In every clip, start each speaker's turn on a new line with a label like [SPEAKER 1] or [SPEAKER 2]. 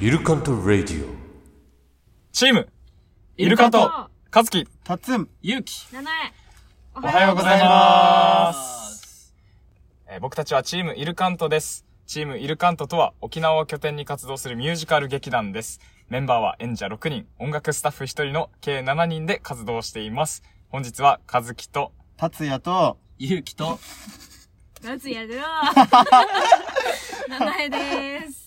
[SPEAKER 1] イルカント・ラディオ
[SPEAKER 2] チーム、イルカと、カズキ、
[SPEAKER 3] たっつん。
[SPEAKER 2] ユウキ、
[SPEAKER 4] 名前。お
[SPEAKER 2] おはようござい
[SPEAKER 3] ま
[SPEAKER 2] ます。えー僕たちはチームイルカントです。チームイルカントとは沖縄を拠点に活動するミュージカル劇団です。メンバーは演者6人、音楽スタッフ1人の計7人で活動しています。本日はカズキと、
[SPEAKER 3] たつやと、
[SPEAKER 5] ゆうきと、
[SPEAKER 4] 夏 やるよ。名前です。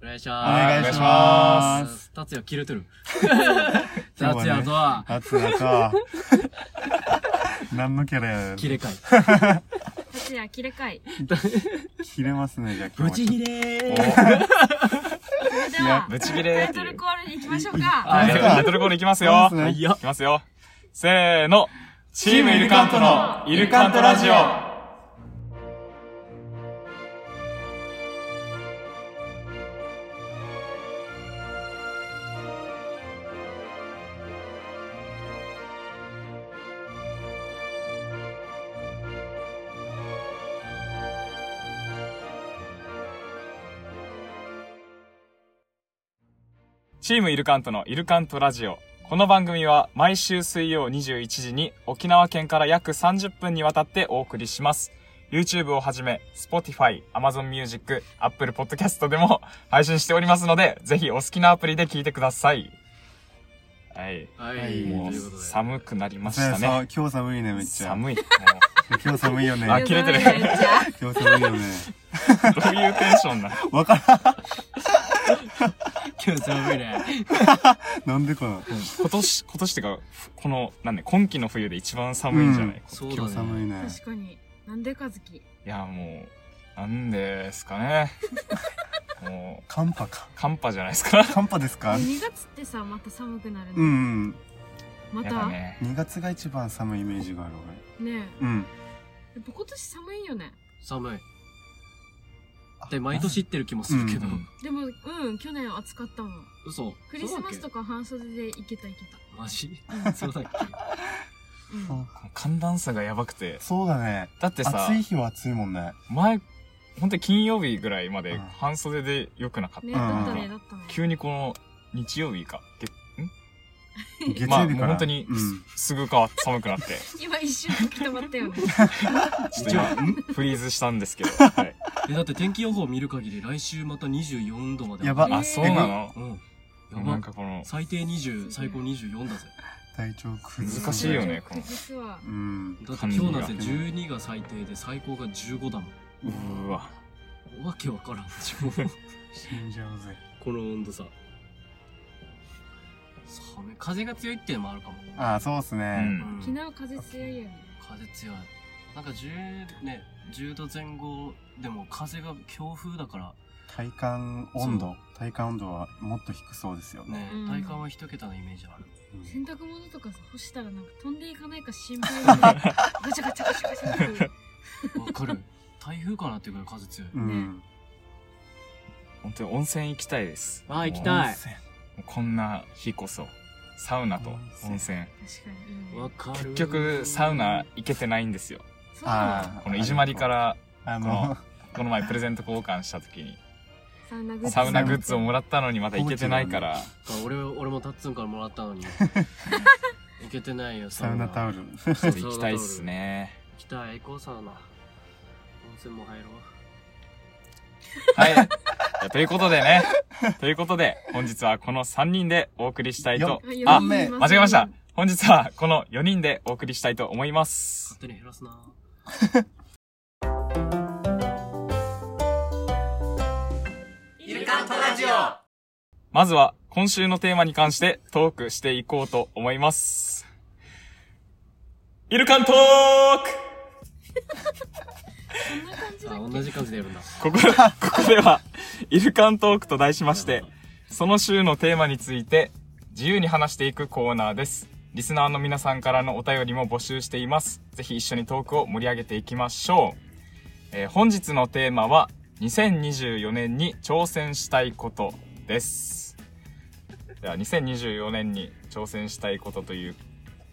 [SPEAKER 5] お願いし
[SPEAKER 3] お
[SPEAKER 5] ま
[SPEAKER 3] 願い
[SPEAKER 2] お願いし
[SPEAKER 3] し
[SPEAKER 2] ま
[SPEAKER 3] ますす。。
[SPEAKER 5] 達也切れて る。
[SPEAKER 3] 今日は
[SPEAKER 5] 達
[SPEAKER 3] ね
[SPEAKER 5] 也とは、
[SPEAKER 3] たつやと、何のキャラや
[SPEAKER 5] 切れ替
[SPEAKER 4] 夏や切れ替え。
[SPEAKER 3] 切れますね、じゃあ
[SPEAKER 5] え。
[SPEAKER 3] 今
[SPEAKER 5] ぶ
[SPEAKER 3] 日
[SPEAKER 5] ち
[SPEAKER 3] は。
[SPEAKER 5] 切れ
[SPEAKER 2] お
[SPEAKER 5] ー。
[SPEAKER 4] それでは、
[SPEAKER 2] ぶち切
[SPEAKER 4] タ
[SPEAKER 2] れ
[SPEAKER 4] イ
[SPEAKER 2] って
[SPEAKER 4] ト
[SPEAKER 2] い
[SPEAKER 4] ル
[SPEAKER 2] う
[SPEAKER 4] コ。ールに行きましょうか。
[SPEAKER 2] は
[SPEAKER 5] あ
[SPEAKER 2] い、
[SPEAKER 5] そう
[SPEAKER 2] タイトルコールいきますよ。
[SPEAKER 3] そうですね
[SPEAKER 2] いいきますよ。せーの。チームイルカントのイルカントラジオ。チームイルカントのイルカントラジオ。この番組は毎週水曜21時に沖縄県から約30分にわたってお送りします。YouTube をはじめ、Spotify、Amazon Music、Apple Podcast でも 配信しておりますので、ぜひお好きなアプリで聞いてください。はい。
[SPEAKER 5] はい、
[SPEAKER 3] はい
[SPEAKER 5] も
[SPEAKER 2] も
[SPEAKER 5] う
[SPEAKER 2] う
[SPEAKER 5] さ、
[SPEAKER 2] 寒くなりまし
[SPEAKER 3] そうや
[SPEAKER 2] た
[SPEAKER 3] そう
[SPEAKER 2] ね。
[SPEAKER 3] 今日寒いね、めっちゃ。
[SPEAKER 2] 寒い。も
[SPEAKER 3] 今日寒いよね。
[SPEAKER 2] あ切れてる
[SPEAKER 4] めっちゃ
[SPEAKER 3] 今日寒いよね。
[SPEAKER 2] うどういうテンション なの
[SPEAKER 3] わから
[SPEAKER 5] 今日寒いね。
[SPEAKER 3] ん。なんでかな。
[SPEAKER 2] 今年、今年ってか、この、なんね、今季の冬で一番寒いんじゃない、
[SPEAKER 3] うん
[SPEAKER 2] い
[SPEAKER 5] そう
[SPEAKER 3] 今日
[SPEAKER 5] だ
[SPEAKER 3] 寒
[SPEAKER 5] ね。
[SPEAKER 3] いね。
[SPEAKER 4] 確かに。なんでかずき。
[SPEAKER 2] や、もう、なんですかね。 もう、
[SPEAKER 3] 寒波か。
[SPEAKER 2] 寒波じゃないですか。
[SPEAKER 3] 寒波ですか
[SPEAKER 4] 2月ってさ、また寒くなる
[SPEAKER 3] う
[SPEAKER 4] の。
[SPEAKER 3] ん。
[SPEAKER 2] や
[SPEAKER 4] ま
[SPEAKER 2] っぱ
[SPEAKER 4] たね
[SPEAKER 2] ね。
[SPEAKER 3] 2月が一番寒いイメージがある、
[SPEAKER 4] え。や
[SPEAKER 3] 俺。うん。
[SPEAKER 4] っぱ今年寒いよね。
[SPEAKER 5] 寒い。って毎年言ってる気もするけど
[SPEAKER 2] う。ん
[SPEAKER 4] でも、うん、去年暑かったもん。
[SPEAKER 5] 嘘。
[SPEAKER 4] クリスマスと
[SPEAKER 5] か。
[SPEAKER 4] か半袖で行けた行けた。
[SPEAKER 5] マジそうだっけ
[SPEAKER 4] うん。
[SPEAKER 3] そう
[SPEAKER 2] 寒暖差がやばくて。
[SPEAKER 3] そうだね。
[SPEAKER 2] だってさ
[SPEAKER 3] 暑、い日は暑いもんね。
[SPEAKER 2] 前、本当に金曜日ぐらいまで
[SPEAKER 3] うん
[SPEAKER 2] 半袖で良くなかっ
[SPEAKER 4] ね、
[SPEAKER 2] た。
[SPEAKER 4] だったね、だったね。
[SPEAKER 2] 急にこの、日曜日か。月
[SPEAKER 3] 月曜日
[SPEAKER 2] ま
[SPEAKER 3] か
[SPEAKER 2] あ、
[SPEAKER 3] ら。
[SPEAKER 2] もう本当に
[SPEAKER 3] う
[SPEAKER 2] す、
[SPEAKER 3] ん。
[SPEAKER 2] すぐ変わって寒くなって、
[SPEAKER 4] 今一瞬吹き止まったよね。
[SPEAKER 2] ちょっと今、フリーズしたんですけ ど。はい、
[SPEAKER 5] え、だって天気予報見る限り来週また24度まで上
[SPEAKER 3] や
[SPEAKER 5] が
[SPEAKER 3] ば
[SPEAKER 5] る。
[SPEAKER 2] あ、そうなの
[SPEAKER 5] うん。
[SPEAKER 2] な
[SPEAKER 5] や
[SPEAKER 2] ん
[SPEAKER 5] ば。
[SPEAKER 2] かこの、
[SPEAKER 5] 最低20、最高24だぜ。
[SPEAKER 3] 体調崩す
[SPEAKER 2] 難しいよねこの
[SPEAKER 4] 崩すわ
[SPEAKER 3] う。ん。
[SPEAKER 5] だって今日なんて12が最低で最高が15だもん。
[SPEAKER 2] うーわ。
[SPEAKER 5] わけわからん。
[SPEAKER 3] 死んじゃうぜ。
[SPEAKER 5] この温度差寒い風が強いっていうのもあるかも、
[SPEAKER 3] ああ、そうっす
[SPEAKER 2] う
[SPEAKER 3] ね。
[SPEAKER 2] ん。
[SPEAKER 4] 昨日風強いよね。
[SPEAKER 5] 風強いなんか10ね10度前後でも風が強風だから
[SPEAKER 3] 体感温度、体感温度はもっと低そうですよね。
[SPEAKER 5] ね、
[SPEAKER 4] うん
[SPEAKER 5] 体感は一桁のイメージある
[SPEAKER 3] うん
[SPEAKER 4] 洗濯物とかさ干したらなんか飛んでいかないか心配なんだよねガチャガチャガチャガチャって
[SPEAKER 5] わか る台風かなっていうぐらい風強い
[SPEAKER 3] うん。
[SPEAKER 2] 本当に温泉行きたいです。
[SPEAKER 5] わあ行きたい
[SPEAKER 2] もう温泉もうこんな日こそ、サウナと温
[SPEAKER 3] 温
[SPEAKER 2] 泉。
[SPEAKER 4] 確かにいいね
[SPEAKER 5] わかる
[SPEAKER 2] 結局、サウナ行けてないんですよ。
[SPEAKER 4] そうなの
[SPEAKER 3] ああ。
[SPEAKER 2] このいじまりか。ら、こ
[SPEAKER 3] あの
[SPEAKER 2] の、この前プレゼント交換した時に、
[SPEAKER 4] サウナグッズ
[SPEAKER 2] サウナグッズをもらったのにまだ行けてないから、
[SPEAKER 5] だから俺俺もタッツンからもらった のにいけてないよ
[SPEAKER 3] サウナタオル。
[SPEAKER 2] ちょっと行きたいっすね。
[SPEAKER 5] 行きたい行こうサウナ温泉も入ろう
[SPEAKER 2] はい。いやということでね、 ということで、本日はこの3人でお送りしたいと
[SPEAKER 3] よ、
[SPEAKER 4] はい
[SPEAKER 2] あ
[SPEAKER 4] 読みま
[SPEAKER 2] 間
[SPEAKER 4] す
[SPEAKER 2] 違えました。本日はこの4人でお送りしたいと思います。
[SPEAKER 5] 勝手に減らすな
[SPEAKER 2] まずは、今週のテーマに関してトークしていこうと思います。イルカントー
[SPEAKER 4] こんな感じだ
[SPEAKER 5] あ同じ感じでやるんだ
[SPEAKER 2] クここ、ここでは、イルカントークと題しまして、その週のテーマについて、自由に話していくコーナーです。リスナーの皆さんからのお便りも募集しています。ぜひ一緒にトークを盛り上げていきましょう。えー本日のテーマは、2024年に挑戦したいことです。では、2024年に挑戦したいことという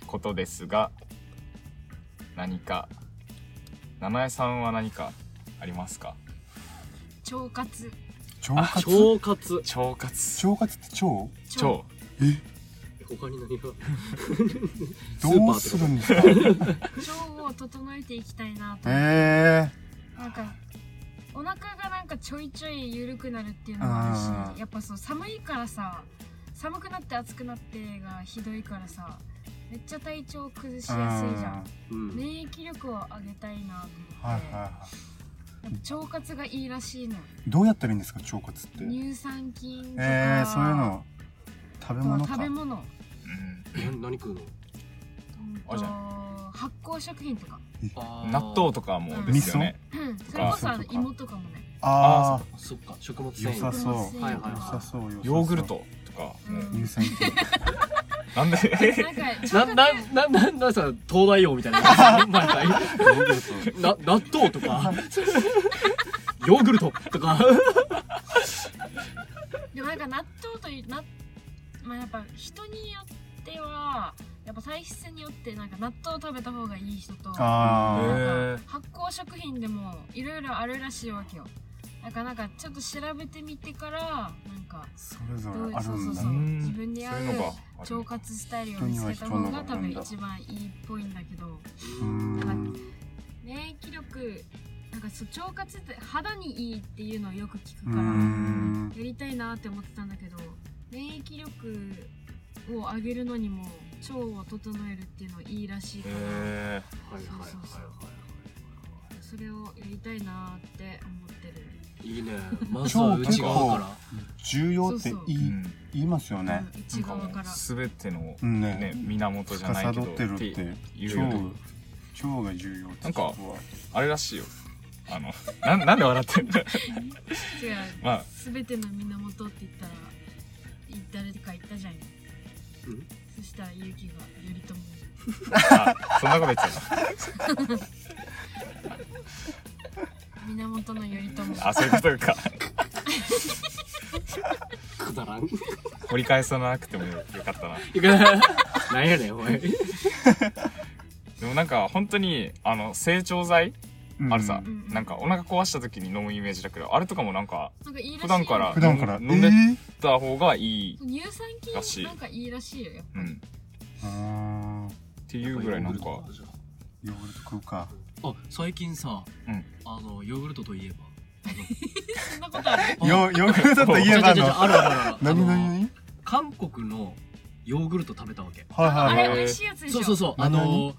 [SPEAKER 2] ことですが、何か、七重さんは何かありますか
[SPEAKER 4] 腸活
[SPEAKER 3] 腸活
[SPEAKER 5] 腸活
[SPEAKER 2] 腸活。
[SPEAKER 3] 腸活って腸
[SPEAKER 2] 腸。
[SPEAKER 5] 他 に何がスー
[SPEAKER 3] ど
[SPEAKER 5] パ
[SPEAKER 3] うす
[SPEAKER 5] ーと
[SPEAKER 3] るんで
[SPEAKER 5] か
[SPEAKER 3] すか
[SPEAKER 4] 腸を整えていきたいなと、
[SPEAKER 3] え
[SPEAKER 4] なんかお腹がなんかちょいちょい緩くなるっていうのもあ
[SPEAKER 3] あ
[SPEAKER 4] る
[SPEAKER 3] ー
[SPEAKER 4] しやっぱそう寒いからさ寒くなって暑くなってがひどいからさめっちゃ体調崩し
[SPEAKER 3] ー、う
[SPEAKER 4] やすい
[SPEAKER 3] ん
[SPEAKER 4] じゃん
[SPEAKER 5] うん
[SPEAKER 4] 免疫力を上げたいなと
[SPEAKER 3] は
[SPEAKER 4] 思っ
[SPEAKER 3] いはい
[SPEAKER 4] て、
[SPEAKER 3] は
[SPEAKER 4] やっぱ腸活がいいらしいの
[SPEAKER 3] いどうやったらいいんですか腸活って
[SPEAKER 4] 乳酸菌とか、
[SPEAKER 3] えー、そういうの食べ
[SPEAKER 4] あと
[SPEAKER 3] 物
[SPEAKER 4] は
[SPEAKER 3] か
[SPEAKER 4] 食べ物
[SPEAKER 2] うん
[SPEAKER 5] な何食うの
[SPEAKER 4] うんと
[SPEAKER 2] あじゃ
[SPEAKER 4] 発酵食品とか、
[SPEAKER 5] あー
[SPEAKER 2] 納豆とかもですよね。
[SPEAKER 4] うんそれこそあの
[SPEAKER 3] そうか
[SPEAKER 4] 芋とかもね
[SPEAKER 3] あ
[SPEAKER 5] そっか食物
[SPEAKER 3] あ
[SPEAKER 5] 繊
[SPEAKER 3] 良
[SPEAKER 5] 維
[SPEAKER 3] さそう
[SPEAKER 4] 食物繊維
[SPEAKER 5] はいはいはい
[SPEAKER 3] 良さそう良さそう
[SPEAKER 2] ヨーグルトとかも。
[SPEAKER 4] うん
[SPEAKER 3] 乳酸菌
[SPEAKER 2] なんで、
[SPEAKER 4] なんかちょ
[SPEAKER 5] な
[SPEAKER 4] っと
[SPEAKER 5] ななななさ東大王みたいな 毎回な納豆と かヨーグルトとか
[SPEAKER 4] でもなんか納豆というな、まあ、やっぱ人によってはやっぱ体質によってなんか納豆を食べた方がいい人と
[SPEAKER 3] あ
[SPEAKER 2] へ
[SPEAKER 3] ー
[SPEAKER 4] なん
[SPEAKER 2] ー
[SPEAKER 4] か発酵食品でもいろいろあるらしいわけよだからなんかちょっと調べてみてからなんか
[SPEAKER 3] それぞ
[SPEAKER 4] ど
[SPEAKER 3] れ
[SPEAKER 4] う
[SPEAKER 3] ある
[SPEAKER 4] そうそ
[SPEAKER 3] ん
[SPEAKER 4] う
[SPEAKER 3] だ
[SPEAKER 4] そう
[SPEAKER 2] うん
[SPEAKER 4] 自分に合
[SPEAKER 2] そういうのが
[SPEAKER 4] う
[SPEAKER 2] ある
[SPEAKER 4] 腸活スタイルを見つけた方が多分一番いいっぽいんだけど
[SPEAKER 3] うーん
[SPEAKER 4] 免疫力なんかそう腸活って肌にいいっていうのをよく聞
[SPEAKER 3] う
[SPEAKER 4] く
[SPEAKER 3] ー
[SPEAKER 4] から
[SPEAKER 3] ん
[SPEAKER 4] やりたいなって思ってたんだけど免疫力を上げるのにも腸を整えるっていうのいいらしいから、
[SPEAKER 2] え
[SPEAKER 5] はいはいはいはい
[SPEAKER 4] それをやりたいなって思ってる、
[SPEAKER 5] はいいいねまずは内側から
[SPEAKER 3] 重要って言
[SPEAKER 2] ー、
[SPEAKER 3] い言いますよね
[SPEAKER 4] うん内側から
[SPEAKER 2] すべての
[SPEAKER 3] う、ん
[SPEAKER 2] ね、
[SPEAKER 3] ね
[SPEAKER 2] 源じゃない
[SPEAKER 3] 司
[SPEAKER 2] けど
[SPEAKER 3] ってるって
[SPEAKER 2] 言う
[SPEAKER 3] 腸
[SPEAKER 2] よね
[SPEAKER 3] 腸が重要って
[SPEAKER 2] なんか
[SPEAKER 3] ここは
[SPEAKER 2] あれらしいよあのなん なんで笑ってんだ
[SPEAKER 4] 違う
[SPEAKER 2] まあ
[SPEAKER 4] 全ての源って言ったらい誰か言ったじゃん
[SPEAKER 5] うん
[SPEAKER 4] そしたら勇気が頼朝
[SPEAKER 2] あそんなこと言ってた
[SPEAKER 4] 源の頼
[SPEAKER 2] の
[SPEAKER 4] 朝
[SPEAKER 2] あそういうことか
[SPEAKER 5] くだらん
[SPEAKER 2] 掘り返さなくてもよかったない
[SPEAKER 5] くだなんやねんお前
[SPEAKER 2] でもなんか本当にあの成長剤
[SPEAKER 3] うん
[SPEAKER 2] あるさ、
[SPEAKER 4] うん
[SPEAKER 2] なんかお腹壊した時に飲むイメージだけどあれとかもなんか
[SPEAKER 4] なんかいいらしいよ
[SPEAKER 2] 普段から
[SPEAKER 3] 普段から
[SPEAKER 2] 飲んで
[SPEAKER 3] えー
[SPEAKER 2] 打った方がいい、
[SPEAKER 4] 乳酸
[SPEAKER 2] らし
[SPEAKER 4] 菌
[SPEAKER 2] い
[SPEAKER 4] なんかいいらしいよやっぱ
[SPEAKER 2] うん、
[SPEAKER 3] うーん
[SPEAKER 2] っていうぐらいなんか
[SPEAKER 3] ヨーグルト食うか
[SPEAKER 5] あ最近さ、
[SPEAKER 2] うん
[SPEAKER 5] あのヨーグルトといえば
[SPEAKER 4] そんなことある
[SPEAKER 5] あの
[SPEAKER 3] ヨヨーグルトといえば
[SPEAKER 5] 違う違う違う
[SPEAKER 3] の
[SPEAKER 5] あるあるある
[SPEAKER 3] 何
[SPEAKER 5] あの
[SPEAKER 3] 何
[SPEAKER 5] 韓国のヨーグルト食べたわけ
[SPEAKER 4] あ
[SPEAKER 3] はいはい
[SPEAKER 4] れ美味しいやつでしょ
[SPEAKER 5] そうそうそうあ
[SPEAKER 3] 何
[SPEAKER 5] の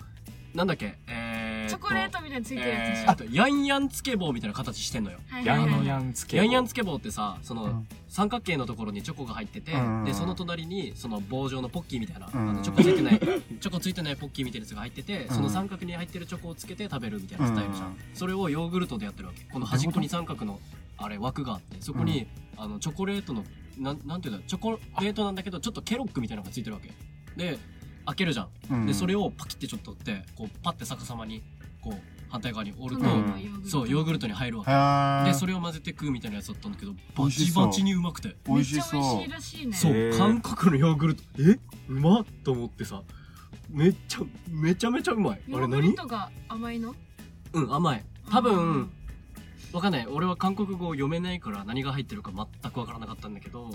[SPEAKER 5] なんだっけえーっ
[SPEAKER 4] チ
[SPEAKER 5] と
[SPEAKER 4] ョコレートみたいについてるやつでし
[SPEAKER 5] え
[SPEAKER 4] ょ
[SPEAKER 5] ー、っとヤンヤンつけ棒みたいな形してんのよ
[SPEAKER 4] はいは
[SPEAKER 2] ヤ
[SPEAKER 4] いはい
[SPEAKER 2] ンヤンつけ
[SPEAKER 5] ヤンヤンつ
[SPEAKER 2] け
[SPEAKER 5] け棒ってさその、
[SPEAKER 3] うん
[SPEAKER 5] 三角形のところにチョコが入ってて、
[SPEAKER 3] うん
[SPEAKER 5] でその隣にその棒状のポッキーみたいな、
[SPEAKER 3] うん
[SPEAKER 5] あのチョコついてないチョコついてないポッキーみたいなやつが入ってて、その三角に入ってるチョコをつけて食べるみたいなスタイルじゃん、
[SPEAKER 3] うん
[SPEAKER 5] それをヨーグルトでやってるわけこの端っこに三角のあれ枠があってそこに、あのチョコレートのなんなんていうんだチョコレートなんだけどちょっとケロッグみたいなのがついてるわけで開けるじゃん、
[SPEAKER 3] うん
[SPEAKER 5] でそれをパキってちょっと折ってこうパッて逆さまにこう反対側に折ると、
[SPEAKER 3] うん
[SPEAKER 5] そうヨーグル
[SPEAKER 4] ト
[SPEAKER 5] トに入るわけ
[SPEAKER 3] はー
[SPEAKER 5] でそれを混ぜて食うみたいなやつだったんだけどバチバチにうまくて
[SPEAKER 3] 美味し
[SPEAKER 4] めっちゃ美
[SPEAKER 3] そ
[SPEAKER 4] 味しいらしいね
[SPEAKER 5] そう、
[SPEAKER 2] へー
[SPEAKER 5] 韓国のヨーグルトえうまっと思ってさめっちゃめちゃめちゃうまいあ
[SPEAKER 4] ヨ
[SPEAKER 5] れ
[SPEAKER 4] ーグル
[SPEAKER 5] 何
[SPEAKER 4] トが甘いの
[SPEAKER 5] うん甘い多分わかんない俺は韓国語を読めないから何が入ってるか全くわからなかったんだけど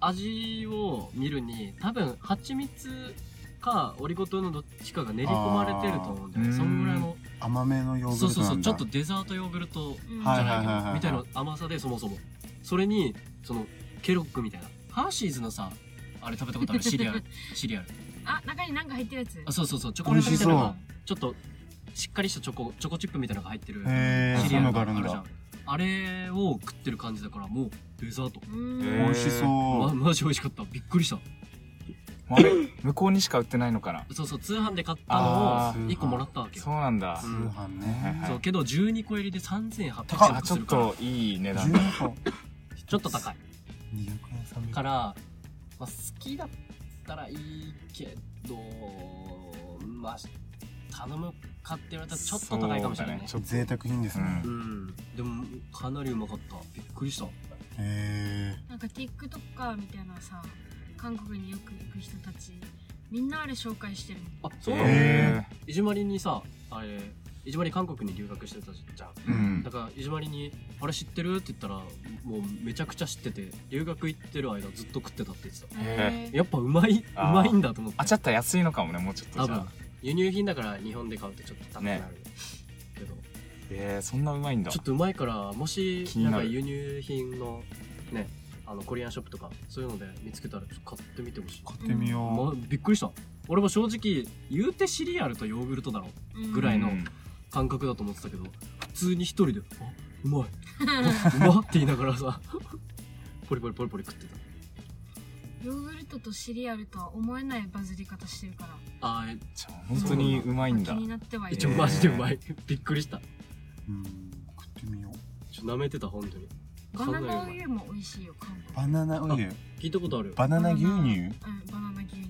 [SPEAKER 5] 味を見るに多分蜂蜜かオリゴ糖のどっちかが練り込まれてると思うんだよ
[SPEAKER 2] あ
[SPEAKER 5] ね
[SPEAKER 2] ー
[SPEAKER 5] そんぐらいの
[SPEAKER 3] う甘めのヨーグルト
[SPEAKER 5] そうそうそ
[SPEAKER 3] な
[SPEAKER 5] うんちょ
[SPEAKER 3] だ
[SPEAKER 5] っとデザートヨーグルト
[SPEAKER 4] うん
[SPEAKER 5] じ
[SPEAKER 3] は
[SPEAKER 5] ゃ
[SPEAKER 3] いはい
[SPEAKER 5] ない
[SPEAKER 3] はい
[SPEAKER 5] け
[SPEAKER 3] はい
[SPEAKER 5] どみたいな甘さでそもそもそれにそのケロッグみたいなハーシーズのさあれ食べたことあるシリ アルシリアル
[SPEAKER 4] あ中に何か入ってるやつ
[SPEAKER 5] あそうそうそうチョコレートみたいな
[SPEAKER 3] 美
[SPEAKER 5] の
[SPEAKER 3] 味し
[SPEAKER 5] がちょっとしっかりしたチョコチョコチップみたいなのが入ってる
[SPEAKER 3] へー
[SPEAKER 5] シリアルがあ
[SPEAKER 3] そんなの
[SPEAKER 5] る
[SPEAKER 3] が
[SPEAKER 5] じ
[SPEAKER 3] あ
[SPEAKER 5] ゃ
[SPEAKER 3] る
[SPEAKER 5] ん
[SPEAKER 3] ん
[SPEAKER 5] あれを食ってる感じだからもうデザート
[SPEAKER 4] うーん
[SPEAKER 2] えー
[SPEAKER 3] 美味し
[SPEAKER 5] ま
[SPEAKER 3] そ
[SPEAKER 5] マジ美味しかったびっくりした
[SPEAKER 2] 向こうにしか売ってないのかな
[SPEAKER 5] そうそう通販で買ったのを
[SPEAKER 2] あ
[SPEAKER 3] ー
[SPEAKER 5] 1個もらったわけ
[SPEAKER 2] そ
[SPEAKER 5] よ
[SPEAKER 2] うなんだ
[SPEAKER 3] う通
[SPEAKER 5] うん
[SPEAKER 3] 販
[SPEAKER 2] はいはい
[SPEAKER 3] ね
[SPEAKER 5] そうけど12個入りで3800円と
[SPEAKER 2] あ
[SPEAKER 5] か
[SPEAKER 2] ち
[SPEAKER 5] す
[SPEAKER 2] ょっ
[SPEAKER 5] るから
[SPEAKER 2] といい値段だ
[SPEAKER 3] 12個
[SPEAKER 5] ちょっと高い
[SPEAKER 3] 200円300円
[SPEAKER 5] から、まあ、好きだったらいいけどまあ頼むかって言われたらちょっと高いかもしれないね
[SPEAKER 2] そうだねちょっと
[SPEAKER 3] 贅沢品ですね
[SPEAKER 5] う。んでもかなりうまかったびっくりした
[SPEAKER 3] へ
[SPEAKER 4] なんか TikToker みたいなさ韓国によく行く人たちみんなあれ紹介してるもん
[SPEAKER 5] あそう
[SPEAKER 3] え
[SPEAKER 5] なの
[SPEAKER 3] へ
[SPEAKER 5] いじまりにさあれいじまり韓国に留学してたじゃん
[SPEAKER 2] うん
[SPEAKER 5] だからいじまりに「あれ知ってる?」って言ったらもうめちゃくちゃ知ってて留学行ってる間ずっと食ってたって言ってた
[SPEAKER 2] へ
[SPEAKER 5] やっぱうまいう
[SPEAKER 2] あー
[SPEAKER 5] まいんだと思って
[SPEAKER 2] あちゃったら安いのかもねもうちょっと
[SPEAKER 5] 多
[SPEAKER 2] じゃ
[SPEAKER 5] 分
[SPEAKER 2] あ
[SPEAKER 5] 輸入品だから日本で買うとちょっと高くなる、
[SPEAKER 2] ね
[SPEAKER 5] けど
[SPEAKER 2] えー、そんなうまいんだ
[SPEAKER 5] ちょっとうまいからもし
[SPEAKER 2] 気に
[SPEAKER 5] な
[SPEAKER 2] なんる
[SPEAKER 5] か輸入品のねあのコリアンショップとかそういうので見つけたらちょっと買ってみてほしい、
[SPEAKER 3] 買ってみ
[SPEAKER 5] ま
[SPEAKER 3] よ
[SPEAKER 5] あびっくりした俺も正直言うてシリアルとヨーグルトだろ
[SPEAKER 4] うん
[SPEAKER 5] ぐら いの
[SPEAKER 2] うん
[SPEAKER 5] 感覚だと思ってたけど普通に一人で「あうまいうまっ」って言いながらさポリポリポリポリ食ってた
[SPEAKER 4] ヨーグルトとシリアルとは思えないバズり方してるから
[SPEAKER 5] あー
[SPEAKER 2] じゃあ本当にうまいんだ
[SPEAKER 4] 気になってはい
[SPEAKER 5] え
[SPEAKER 4] る
[SPEAKER 5] ちょ
[SPEAKER 2] えー
[SPEAKER 5] マジでうまいびっくりした
[SPEAKER 3] う。うん、食ってみよう。
[SPEAKER 5] ちょ舐めてた本当に
[SPEAKER 4] バナ
[SPEAKER 5] か
[SPEAKER 4] ナ
[SPEAKER 5] なりうまい
[SPEAKER 4] ウユも美味しいよ韓国
[SPEAKER 3] バナナウユ、
[SPEAKER 5] 聞いたことある
[SPEAKER 3] バナナ牛
[SPEAKER 4] う
[SPEAKER 3] 乳。
[SPEAKER 4] んバナナ牛乳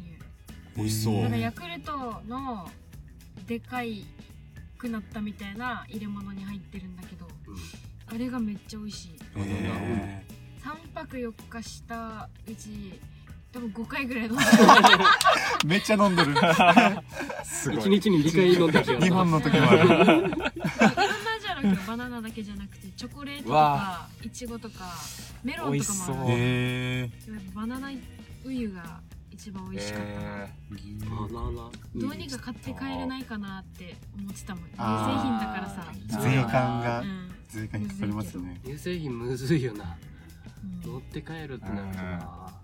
[SPEAKER 1] 美味しそう
[SPEAKER 3] えー
[SPEAKER 4] なんかヤクルトのでかいくなったみたいな入れ物に入ってるんだけど、あれがめっちゃ美味しい
[SPEAKER 5] バナナ
[SPEAKER 3] え
[SPEAKER 4] 3泊4日したうち多分5回ぐらい 飲んだ
[SPEAKER 3] ーめっちゃ飲んでる。
[SPEAKER 2] すご
[SPEAKER 5] 一
[SPEAKER 2] い
[SPEAKER 5] 日に2回飲んだ気が
[SPEAKER 3] 日
[SPEAKER 5] する
[SPEAKER 3] 本の時もある。
[SPEAKER 4] いろんなじゃなくてバナナだけじゃなくてチョコレートとかいちごとかメロンとかもあ
[SPEAKER 2] 美味し
[SPEAKER 4] る
[SPEAKER 3] え
[SPEAKER 4] でもやっぱバナナウユが一番美味しかったな、
[SPEAKER 2] え
[SPEAKER 3] ー、牛乳。
[SPEAKER 5] バナナ
[SPEAKER 4] どうにか買って帰れないかなって思ってたもん乳製
[SPEAKER 3] あー
[SPEAKER 4] 品だからさ
[SPEAKER 2] いい
[SPEAKER 5] そう
[SPEAKER 3] 税
[SPEAKER 5] だ
[SPEAKER 3] 関
[SPEAKER 4] う
[SPEAKER 3] が、
[SPEAKER 4] ん
[SPEAKER 3] 税関かかりますね。
[SPEAKER 5] 乳製品むずいよな
[SPEAKER 4] うん
[SPEAKER 5] 持って帰るってなるとな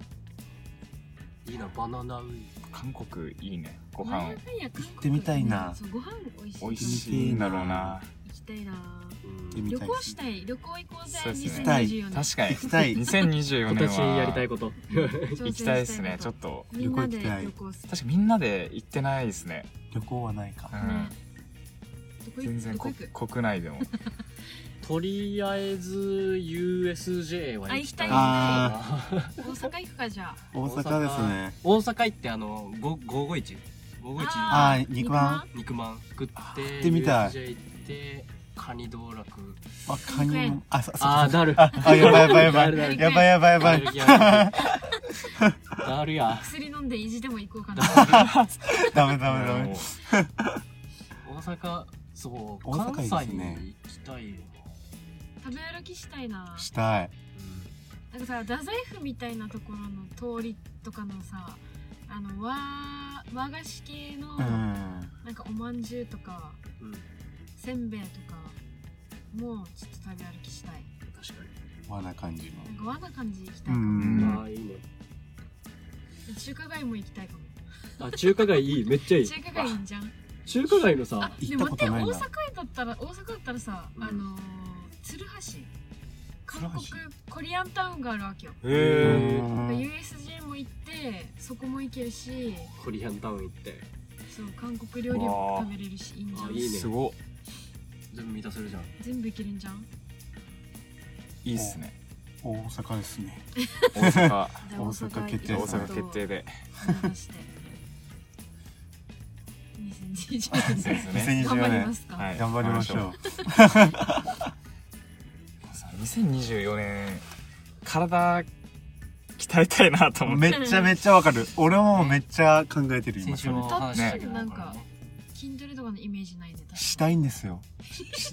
[SPEAKER 5] いいなバナナウイ
[SPEAKER 2] 韓国いいねご
[SPEAKER 4] なん
[SPEAKER 2] 飯
[SPEAKER 4] やかんや韓国
[SPEAKER 3] 行ってみたいな
[SPEAKER 4] そうご飯美味しい
[SPEAKER 2] 美味しいんだろうな
[SPEAKER 4] 行きたいな
[SPEAKER 5] う
[SPEAKER 3] 行
[SPEAKER 5] ん
[SPEAKER 4] 旅
[SPEAKER 3] みたい
[SPEAKER 4] 行
[SPEAKER 3] で
[SPEAKER 4] し
[SPEAKER 3] す
[SPEAKER 4] たい旅行行こうぜ
[SPEAKER 2] そうですね
[SPEAKER 4] 2024年
[SPEAKER 2] 確かに
[SPEAKER 3] 行きたい。
[SPEAKER 2] 2024
[SPEAKER 5] 今
[SPEAKER 2] 年
[SPEAKER 5] 年やりたい
[SPEAKER 2] は
[SPEAKER 5] こと
[SPEAKER 2] 行きたいですねちょっ
[SPEAKER 4] と
[SPEAKER 2] と
[SPEAKER 4] みんなで
[SPEAKER 3] 旅行行きたい
[SPEAKER 4] 旅行する
[SPEAKER 2] 確かみんなで行ってないですね
[SPEAKER 3] 旅行はないか
[SPEAKER 2] う。
[SPEAKER 4] ね
[SPEAKER 2] ん
[SPEAKER 4] どこ行
[SPEAKER 2] 全
[SPEAKER 4] く
[SPEAKER 2] 然
[SPEAKER 4] どこ
[SPEAKER 2] こ
[SPEAKER 4] 行く
[SPEAKER 2] 国内でも
[SPEAKER 5] とりあえず USJ は行きたいな
[SPEAKER 4] 大阪行くかじゃあ
[SPEAKER 3] 大阪ですね。
[SPEAKER 5] 大阪行ってあのご551
[SPEAKER 4] あ
[SPEAKER 5] 551
[SPEAKER 3] あー、肉まん。
[SPEAKER 5] 肉まん食って
[SPEAKER 3] 行ってみたい
[SPEAKER 5] USJ 行ってカニ道楽
[SPEAKER 3] あ、カニも。あ、そ、そ、
[SPEAKER 5] あー
[SPEAKER 3] そ
[SPEAKER 5] だる
[SPEAKER 3] あ、あやばいやばいや ば
[SPEAKER 5] だるだる
[SPEAKER 3] い。やばいやばいやば
[SPEAKER 5] だ
[SPEAKER 3] い
[SPEAKER 5] る。やだ るや
[SPEAKER 4] 薬飲んで意地でも行こうかな
[SPEAKER 3] ダメダメダ
[SPEAKER 2] もう。
[SPEAKER 3] メ
[SPEAKER 5] 大阪そう
[SPEAKER 3] 大阪いい
[SPEAKER 5] 関
[SPEAKER 3] ですね
[SPEAKER 5] 西に行きたいよ
[SPEAKER 4] 食べ歩きしたいな
[SPEAKER 3] したい。
[SPEAKER 4] なんかさ太宰府みたいなところの通りとかのさあの和和菓子系の
[SPEAKER 3] う。
[SPEAKER 4] なんんかおまんじゅうとか
[SPEAKER 5] うん、うん、
[SPEAKER 4] せんべいとかもうちょっと食べ歩きしたい
[SPEAKER 5] 確か
[SPEAKER 3] 和な感じ
[SPEAKER 4] なんか和な感じで行きたい
[SPEAKER 3] の。う
[SPEAKER 4] かも、
[SPEAKER 5] に、
[SPEAKER 3] ん。
[SPEAKER 5] ああいいね
[SPEAKER 4] 中華街も行きたいかも
[SPEAKER 5] あ中華街 いいめっちゃいい
[SPEAKER 4] 中華街いいんじゃん
[SPEAKER 5] 中華街のさ
[SPEAKER 4] あ
[SPEAKER 3] 行ったことない
[SPEAKER 4] でも
[SPEAKER 3] な
[SPEAKER 4] 待って大阪だったら大阪だったらさ、
[SPEAKER 5] うん
[SPEAKER 4] あのー、鶴橋韓国
[SPEAKER 3] 鶴
[SPEAKER 4] コリアンタウンがあるわけよ、
[SPEAKER 2] へえ
[SPEAKER 3] うん
[SPEAKER 4] USJ も行ってそこも行けるし
[SPEAKER 5] コリアンタウン行って
[SPEAKER 4] そう韓国料理も食べれるしいいんじゃ
[SPEAKER 5] あ
[SPEAKER 4] ん
[SPEAKER 5] いいね
[SPEAKER 2] すごっ
[SPEAKER 5] 全部満たせるじゃん
[SPEAKER 4] 全部行けるんじゃん
[SPEAKER 2] いいっすね
[SPEAKER 3] 大阪ですね。
[SPEAKER 2] 大 阪
[SPEAKER 4] じゃあ
[SPEAKER 3] 大阪決
[SPEAKER 2] じ
[SPEAKER 3] 定
[SPEAKER 2] ゃあ
[SPEAKER 4] 行
[SPEAKER 2] 大
[SPEAKER 4] こ
[SPEAKER 2] 阪
[SPEAKER 4] う
[SPEAKER 2] 決定で
[SPEAKER 4] 目指して2020
[SPEAKER 2] そうですね
[SPEAKER 4] 年頑張
[SPEAKER 3] 2024
[SPEAKER 4] りま
[SPEAKER 3] 年。
[SPEAKER 4] すか、
[SPEAKER 2] はい
[SPEAKER 3] 頑張りましょう。
[SPEAKER 2] さ2024年体鍛えたいなと思って
[SPEAKER 3] めっちゃめっちゃわかる。俺もめっちゃ考えてる、今そ
[SPEAKER 5] 先週
[SPEAKER 3] れ
[SPEAKER 5] も。話したけど
[SPEAKER 4] ねなんか筋トレとかのイメージないで確か
[SPEAKER 3] したいんですよ。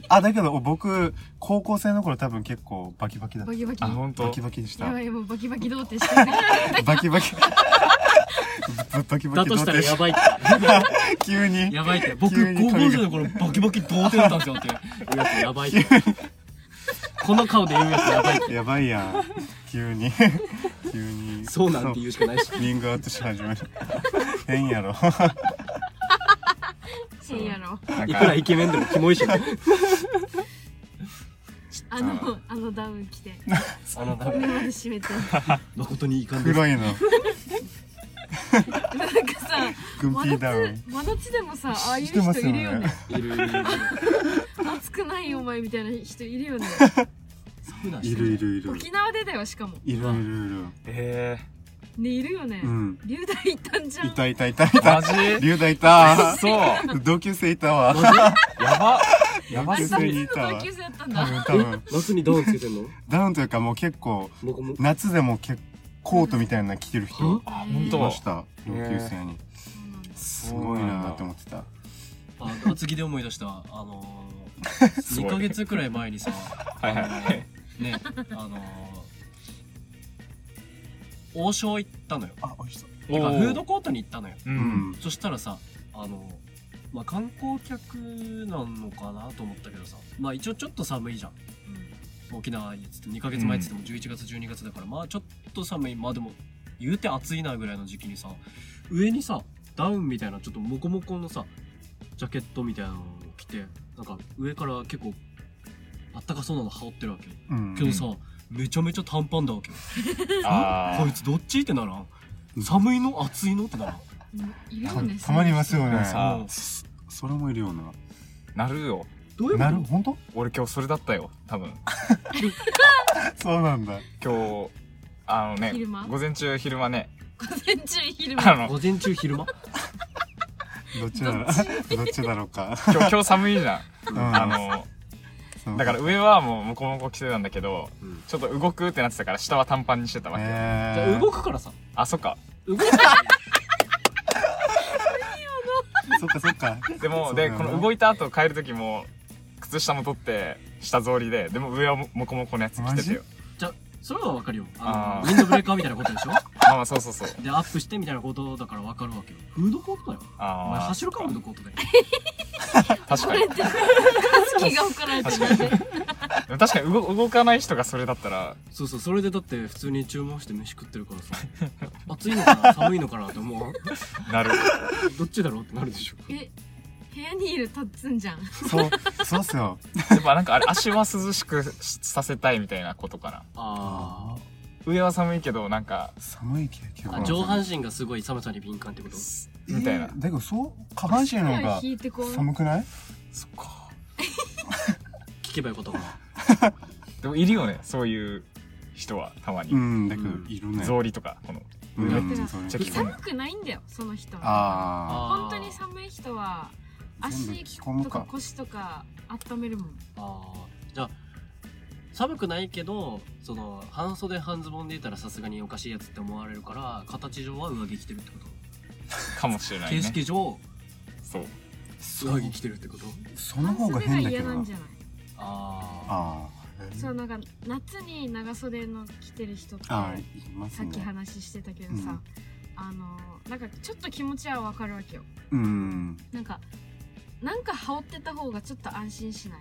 [SPEAKER 3] あ、だけど僕、高校生の頃多分結構バキバキだっ
[SPEAKER 4] バキバキ
[SPEAKER 2] あ本
[SPEAKER 3] た。
[SPEAKER 2] 当
[SPEAKER 3] バキバキでし
[SPEAKER 4] や
[SPEAKER 3] た
[SPEAKER 4] ば。いもうバキバキ童貞してる
[SPEAKER 3] バキバ キ。ぶバキバ
[SPEAKER 5] だ
[SPEAKER 3] キ
[SPEAKER 5] としたらや ばいって
[SPEAKER 3] 急に。
[SPEAKER 5] やばいって僕
[SPEAKER 3] 急に
[SPEAKER 5] 高校
[SPEAKER 3] 髪が
[SPEAKER 5] 生の頃バキバキ童貞だったんですよっていうやつやばいってこの顔で言うやつやばいって
[SPEAKER 3] やばいやん。急に。急に。
[SPEAKER 5] そうなんて言うしかないし
[SPEAKER 3] リングアウトし始める。変やろ。
[SPEAKER 4] そうやろ
[SPEAKER 2] なん
[SPEAKER 5] い
[SPEAKER 2] か
[SPEAKER 5] くらイケメンでもキモいしね
[SPEAKER 4] あのあのダウン着て
[SPEAKER 5] あの
[SPEAKER 4] 目まで閉めて
[SPEAKER 5] 誠に遺憾です
[SPEAKER 3] 黒いの。
[SPEAKER 4] なんかさ
[SPEAKER 3] 軍
[SPEAKER 4] 真
[SPEAKER 3] ピーダウ
[SPEAKER 4] 夏
[SPEAKER 3] ン。
[SPEAKER 4] 真夏でもさああいう
[SPEAKER 3] してま
[SPEAKER 4] 人
[SPEAKER 3] す
[SPEAKER 4] い
[SPEAKER 3] よね
[SPEAKER 4] るよね
[SPEAKER 5] いるいるいる
[SPEAKER 4] 暑くないよお前みたいな人いるよね
[SPEAKER 5] そうなんで
[SPEAKER 3] い
[SPEAKER 5] すよ
[SPEAKER 3] るいるいる。
[SPEAKER 4] 沖縄でだよしかも
[SPEAKER 3] いるいるいる。
[SPEAKER 2] え
[SPEAKER 4] ねいるよね
[SPEAKER 3] うん。
[SPEAKER 4] 龍大いたんじゃん
[SPEAKER 3] いたいたいたい
[SPEAKER 2] ー、マ
[SPEAKER 3] た。
[SPEAKER 2] ジ
[SPEAKER 3] 龍大いた。
[SPEAKER 2] そう
[SPEAKER 3] 同級生いたわ。
[SPEAKER 2] やばやば
[SPEAKER 4] あ
[SPEAKER 2] すぎ
[SPEAKER 4] れさっ
[SPEAKER 3] 夏
[SPEAKER 2] る
[SPEAKER 4] き
[SPEAKER 3] にいたわ
[SPEAKER 4] の同級生やったん
[SPEAKER 3] 多
[SPEAKER 4] だ
[SPEAKER 3] 分多分。
[SPEAKER 5] 夏にダウンつけてんの
[SPEAKER 3] ダウンというかもう結構、
[SPEAKER 5] 僕も
[SPEAKER 3] 夏でも結構コートみたいなの着てる人
[SPEAKER 5] は
[SPEAKER 2] あ本
[SPEAKER 3] い
[SPEAKER 2] 当
[SPEAKER 3] ました。同級生に。
[SPEAKER 4] そうなんだ
[SPEAKER 3] すごいなーって思ってた。
[SPEAKER 5] あ厚木で思い出したあの
[SPEAKER 2] すご
[SPEAKER 5] 2
[SPEAKER 2] い
[SPEAKER 5] ヶ月くらい前にさ
[SPEAKER 2] はいはい。
[SPEAKER 5] ねあの王将行ったのよ
[SPEAKER 3] あ、美味しそう。
[SPEAKER 5] てか
[SPEAKER 2] おー
[SPEAKER 5] フードコートに行ったのよ
[SPEAKER 2] う。。
[SPEAKER 3] うん
[SPEAKER 5] そしたらさあのまあ観光客なのかなと思ったけどさまあ一応ちょっと寒いじゃん沖縄につって2ヶ月前っつっても11月12月だから、まあちょっと寒いまあでも言うて暑いなぐらいの時期にさ上にさダウンみたいなちょっとモコモコのさジャケットみたいなのを着てなんか上から結構あったかそうなの羽織ってるわけよ
[SPEAKER 3] うん
[SPEAKER 5] けどさ、めちゃめちゃ短パンだわけよ
[SPEAKER 2] あ
[SPEAKER 5] こいつどっちってならん
[SPEAKER 3] うん
[SPEAKER 5] 寒いの暑いのってならん
[SPEAKER 4] うん。いるんです
[SPEAKER 3] たまにいますよね
[SPEAKER 2] あ。さ
[SPEAKER 5] うん
[SPEAKER 3] そそれもいるような。
[SPEAKER 2] あ、なるよ。
[SPEAKER 5] どういう こ
[SPEAKER 3] なる
[SPEAKER 5] と
[SPEAKER 3] ほど
[SPEAKER 2] 俺今日それだったよ。多分。
[SPEAKER 3] そうなんだ。
[SPEAKER 2] 今日、あのね
[SPEAKER 4] 昼間、
[SPEAKER 2] 午前中昼間ね、
[SPEAKER 4] 午前中昼間
[SPEAKER 2] あの、
[SPEAKER 5] 午前中昼 間
[SPEAKER 3] どっちだろう。 どっちだろうか。
[SPEAKER 2] 今日今日寒いじゃん。
[SPEAKER 3] うん
[SPEAKER 2] あの、
[SPEAKER 3] そう
[SPEAKER 2] だから上はもうモコモコ着てたんだけど、
[SPEAKER 5] うん
[SPEAKER 2] ちょっと動くってなってたから下は短パンにしてたわけ。
[SPEAKER 5] じゃ
[SPEAKER 3] え
[SPEAKER 5] あ動くからさ
[SPEAKER 2] あ、そっか。
[SPEAKER 5] 動 くから
[SPEAKER 3] そっかそっか。
[SPEAKER 2] でも、
[SPEAKER 3] そうだ
[SPEAKER 2] で、
[SPEAKER 3] よ
[SPEAKER 2] こ
[SPEAKER 3] な
[SPEAKER 2] の動いた後帰る時も、靴下も取って、下草履で、でも上はもモコモコのやつ着ててよ。
[SPEAKER 5] じゃあそれはわかるよあ
[SPEAKER 2] あ
[SPEAKER 5] の
[SPEAKER 2] ー
[SPEAKER 5] ウィンドブレーカーみたいなことでしょ
[SPEAKER 2] まあまあ、そうそうそう。
[SPEAKER 5] でアップしてみたいなことだから分かるわけよフードコートだよお前
[SPEAKER 2] ああ
[SPEAKER 5] 走るかフードコートで
[SPEAKER 2] 確か
[SPEAKER 4] こ
[SPEAKER 2] に
[SPEAKER 4] れってカズキが怒られてるんで
[SPEAKER 2] でも確かに動動かない人がそれだったら
[SPEAKER 5] そうそうそれでだって普通に注文して飯食ってるからさ 暑いのかな寒いのかなって思う
[SPEAKER 2] な る
[SPEAKER 5] どっちだろうってなるでしょ
[SPEAKER 4] え部屋にいるタッツンじゃん
[SPEAKER 3] そう、そうっすよ。
[SPEAKER 2] やっぱなんかあれ足は涼しくしさせたいみたいなことかな
[SPEAKER 5] あ
[SPEAKER 2] 上は寒いけどなんか
[SPEAKER 3] 寒い経験
[SPEAKER 5] ーあ上半身がすごい寒さに敏感ってこと
[SPEAKER 3] えー
[SPEAKER 2] みたいな
[SPEAKER 3] だけどそう、下半身の方が
[SPEAKER 4] 引いてこう
[SPEAKER 3] 寒くない
[SPEAKER 2] そっか
[SPEAKER 5] 聞けばよかったかな
[SPEAKER 2] でもいるよねそういう人はたまに、
[SPEAKER 3] うん、だけどいるね。
[SPEAKER 2] 草履とかこの
[SPEAKER 3] う
[SPEAKER 2] め
[SPEAKER 3] ん、
[SPEAKER 4] っ
[SPEAKER 3] そうね
[SPEAKER 2] ちゃ着込む
[SPEAKER 4] 寒くないんだよその人は
[SPEAKER 3] あ
[SPEAKER 5] あー
[SPEAKER 4] 本当に寒い人は
[SPEAKER 3] 全部
[SPEAKER 4] 足
[SPEAKER 3] 着込む
[SPEAKER 4] と
[SPEAKER 3] か
[SPEAKER 4] か腰とか温めるもん
[SPEAKER 5] あーじゃあ寒くないけどその半袖半ズボンでいたらさすがにおかしいやつって思われるから形上は上着着てるってこと、
[SPEAKER 2] かもしれない
[SPEAKER 5] 形
[SPEAKER 2] ね
[SPEAKER 5] 式上
[SPEAKER 2] そう
[SPEAKER 3] そ
[SPEAKER 5] 上
[SPEAKER 3] う
[SPEAKER 5] 着着てるってこと
[SPEAKER 3] その方が
[SPEAKER 4] 半袖
[SPEAKER 3] 変
[SPEAKER 4] が
[SPEAKER 3] だけ
[SPEAKER 4] 嫌
[SPEAKER 3] ど
[SPEAKER 4] なん
[SPEAKER 3] な
[SPEAKER 4] じゃない
[SPEAKER 5] あ
[SPEAKER 3] あー
[SPEAKER 4] そうなんか夏に長袖の着てる人って
[SPEAKER 3] あ
[SPEAKER 4] さ
[SPEAKER 3] ーいます
[SPEAKER 4] っき
[SPEAKER 3] ね
[SPEAKER 4] 話してたけどさ、あのなんかちょっと気持ちはわかるわけよ
[SPEAKER 3] うん
[SPEAKER 4] なんかなんか羽織ってた方がちょっと安心しない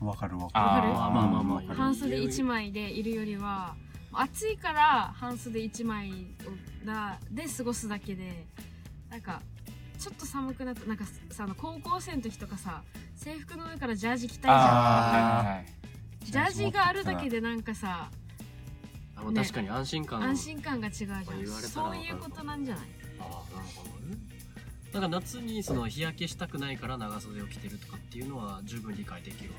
[SPEAKER 3] わかるわか
[SPEAKER 2] あ
[SPEAKER 4] わか
[SPEAKER 2] ー
[SPEAKER 4] る
[SPEAKER 5] まあまあまあ
[SPEAKER 3] わかる
[SPEAKER 4] 半袖1枚でいるよりは暑いから半袖1枚をだで過ごすだけでなんかちょっと寒くなったなんかさあの高校生の時とかさ制服の上からジャージ着たいじゃん
[SPEAKER 2] あーはいはいはい
[SPEAKER 4] ジャージがあるだけでなんかさ
[SPEAKER 5] あの
[SPEAKER 4] ね
[SPEAKER 5] 確かに安心感
[SPEAKER 4] 安心感が違うじゃん
[SPEAKER 5] まあ言われたら
[SPEAKER 4] そ
[SPEAKER 5] わ
[SPEAKER 4] う
[SPEAKER 5] かる
[SPEAKER 4] いうことなんじゃない
[SPEAKER 5] ああなるほどねだから夏にその日焼けしたくないから長袖を着てるとかっていうのは十分理解できるわ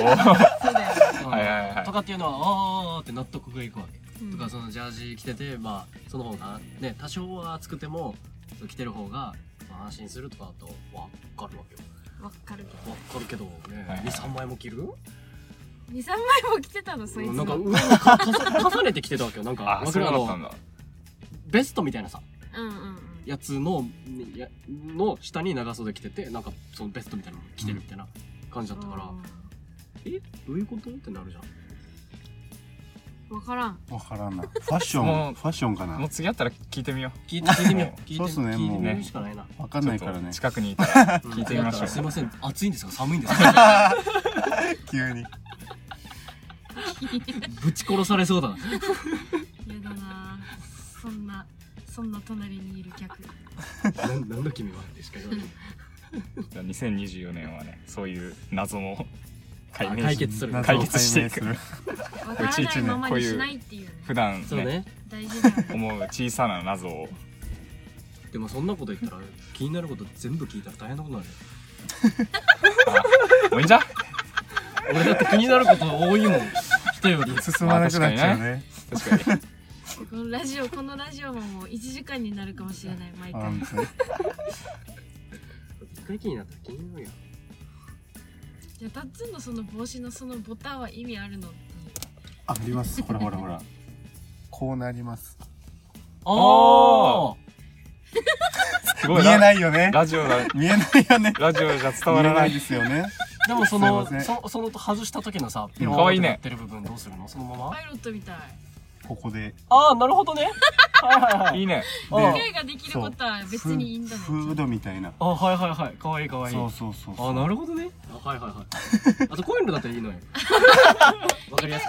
[SPEAKER 2] おー
[SPEAKER 4] そうだよ、
[SPEAKER 5] け、
[SPEAKER 2] はいはいはい
[SPEAKER 5] とかっていうのはあーって納得がいくわけ、
[SPEAKER 4] うん
[SPEAKER 5] とかそのジャージ着ててまあその方がね多少は暑くてもその着てる方がまあ安心するとかだとわかるわけよ
[SPEAKER 4] わかるけ
[SPEAKER 5] わかるけど、ね
[SPEAKER 2] はいはい
[SPEAKER 5] 23枚も着る
[SPEAKER 4] ど23枚も着てたのそいつ
[SPEAKER 5] なんか
[SPEAKER 4] う
[SPEAKER 5] 上にか 重重ねて着てたわけよなんか
[SPEAKER 2] あ
[SPEAKER 5] わ
[SPEAKER 2] そ
[SPEAKER 5] か
[SPEAKER 2] う
[SPEAKER 5] る
[SPEAKER 2] だ
[SPEAKER 5] あ
[SPEAKER 2] ったん
[SPEAKER 5] の
[SPEAKER 2] だ
[SPEAKER 5] ベストみたいなさ
[SPEAKER 4] んうんうん
[SPEAKER 5] やつのやの下に長袖着ててなんかそのベストみたいなの着てるみたいな感じだったから、
[SPEAKER 4] う
[SPEAKER 5] えどういうことってなるじゃん
[SPEAKER 4] んわからん
[SPEAKER 3] わからんなファッショ
[SPEAKER 2] も
[SPEAKER 3] ン
[SPEAKER 2] う
[SPEAKER 3] ファッションか
[SPEAKER 2] も
[SPEAKER 3] な
[SPEAKER 2] う次やったら聞いてみよ
[SPEAKER 5] 聞いて聞いてみよう聞いて
[SPEAKER 3] そうっすね
[SPEAKER 5] 聞いてみ
[SPEAKER 2] も
[SPEAKER 5] る
[SPEAKER 2] う
[SPEAKER 5] しかないな
[SPEAKER 3] わか
[SPEAKER 2] うんち
[SPEAKER 3] な
[SPEAKER 2] ょっ
[SPEAKER 3] いからね
[SPEAKER 2] と近くにいた ら
[SPEAKER 5] 聞
[SPEAKER 2] 聞いてみましょう
[SPEAKER 5] すいません暑いんですか寒いんで すか
[SPEAKER 3] 急に
[SPEAKER 5] ぶち殺されそうだ な
[SPEAKER 4] 嫌だなそんなそんな隣にいる客
[SPEAKER 5] なんなんだ君はってしか言わない
[SPEAKER 2] じゃあ2024年はねそういう謎も解明し
[SPEAKER 5] 解決する
[SPEAKER 3] 謎を
[SPEAKER 2] 解決していく
[SPEAKER 3] 解明す
[SPEAKER 4] わからないままにしないっていうね
[SPEAKER 2] 普段
[SPEAKER 5] そう
[SPEAKER 2] ね
[SPEAKER 5] ね
[SPEAKER 4] 大事だよね
[SPEAKER 2] 思う小さな謎を
[SPEAKER 5] でもそんなこと言ったら気になること全部聞いたら大変なことにな
[SPEAKER 2] もういいんじゃ
[SPEAKER 5] るよ俺だって気になること多いもん人より
[SPEAKER 3] る進まなくなっちゃうね
[SPEAKER 2] 確かに
[SPEAKER 4] このラジオこのラジオももう1時間になるかもしれない毎
[SPEAKER 3] あ
[SPEAKER 4] 回
[SPEAKER 3] 本当に
[SPEAKER 5] 一回気になったら気になるやん
[SPEAKER 4] じゃあタッツンのその帽子のそのボタンは意味あるのっていう
[SPEAKER 3] ありますほらほらほらこうなります
[SPEAKER 5] あ
[SPEAKER 2] すご
[SPEAKER 3] 見
[SPEAKER 2] い
[SPEAKER 3] え
[SPEAKER 2] な。
[SPEAKER 3] ないよね。
[SPEAKER 2] ラジオだ。
[SPEAKER 3] 見えないよね。
[SPEAKER 2] ラジオじゃ伝
[SPEAKER 3] 見
[SPEAKER 2] わら
[SPEAKER 3] えな
[SPEAKER 2] ないい。
[SPEAKER 3] ですよね。
[SPEAKER 5] でも
[SPEAKER 3] す
[SPEAKER 5] その
[SPEAKER 3] いませ
[SPEAKER 5] そそのと外した時のさピ
[SPEAKER 3] うん
[SPEAKER 5] ロ
[SPEAKER 2] かわ
[SPEAKER 5] ー
[SPEAKER 2] い
[SPEAKER 5] ン
[SPEAKER 2] いね
[SPEAKER 5] ってなってる部分どうするのそのまま
[SPEAKER 4] パイロットみたい
[SPEAKER 3] ここで。
[SPEAKER 5] ああなるほどねはいはいはい
[SPEAKER 2] いいね。
[SPEAKER 5] あ
[SPEAKER 4] 機械ができることは別にいいんだね
[SPEAKER 3] フードみたいな。
[SPEAKER 5] あはいはいはいかわいいかわいい
[SPEAKER 3] そうそうそうそう。
[SPEAKER 5] あなるほどねあはいはいはい あとこういうのだったらいいのよわかりやす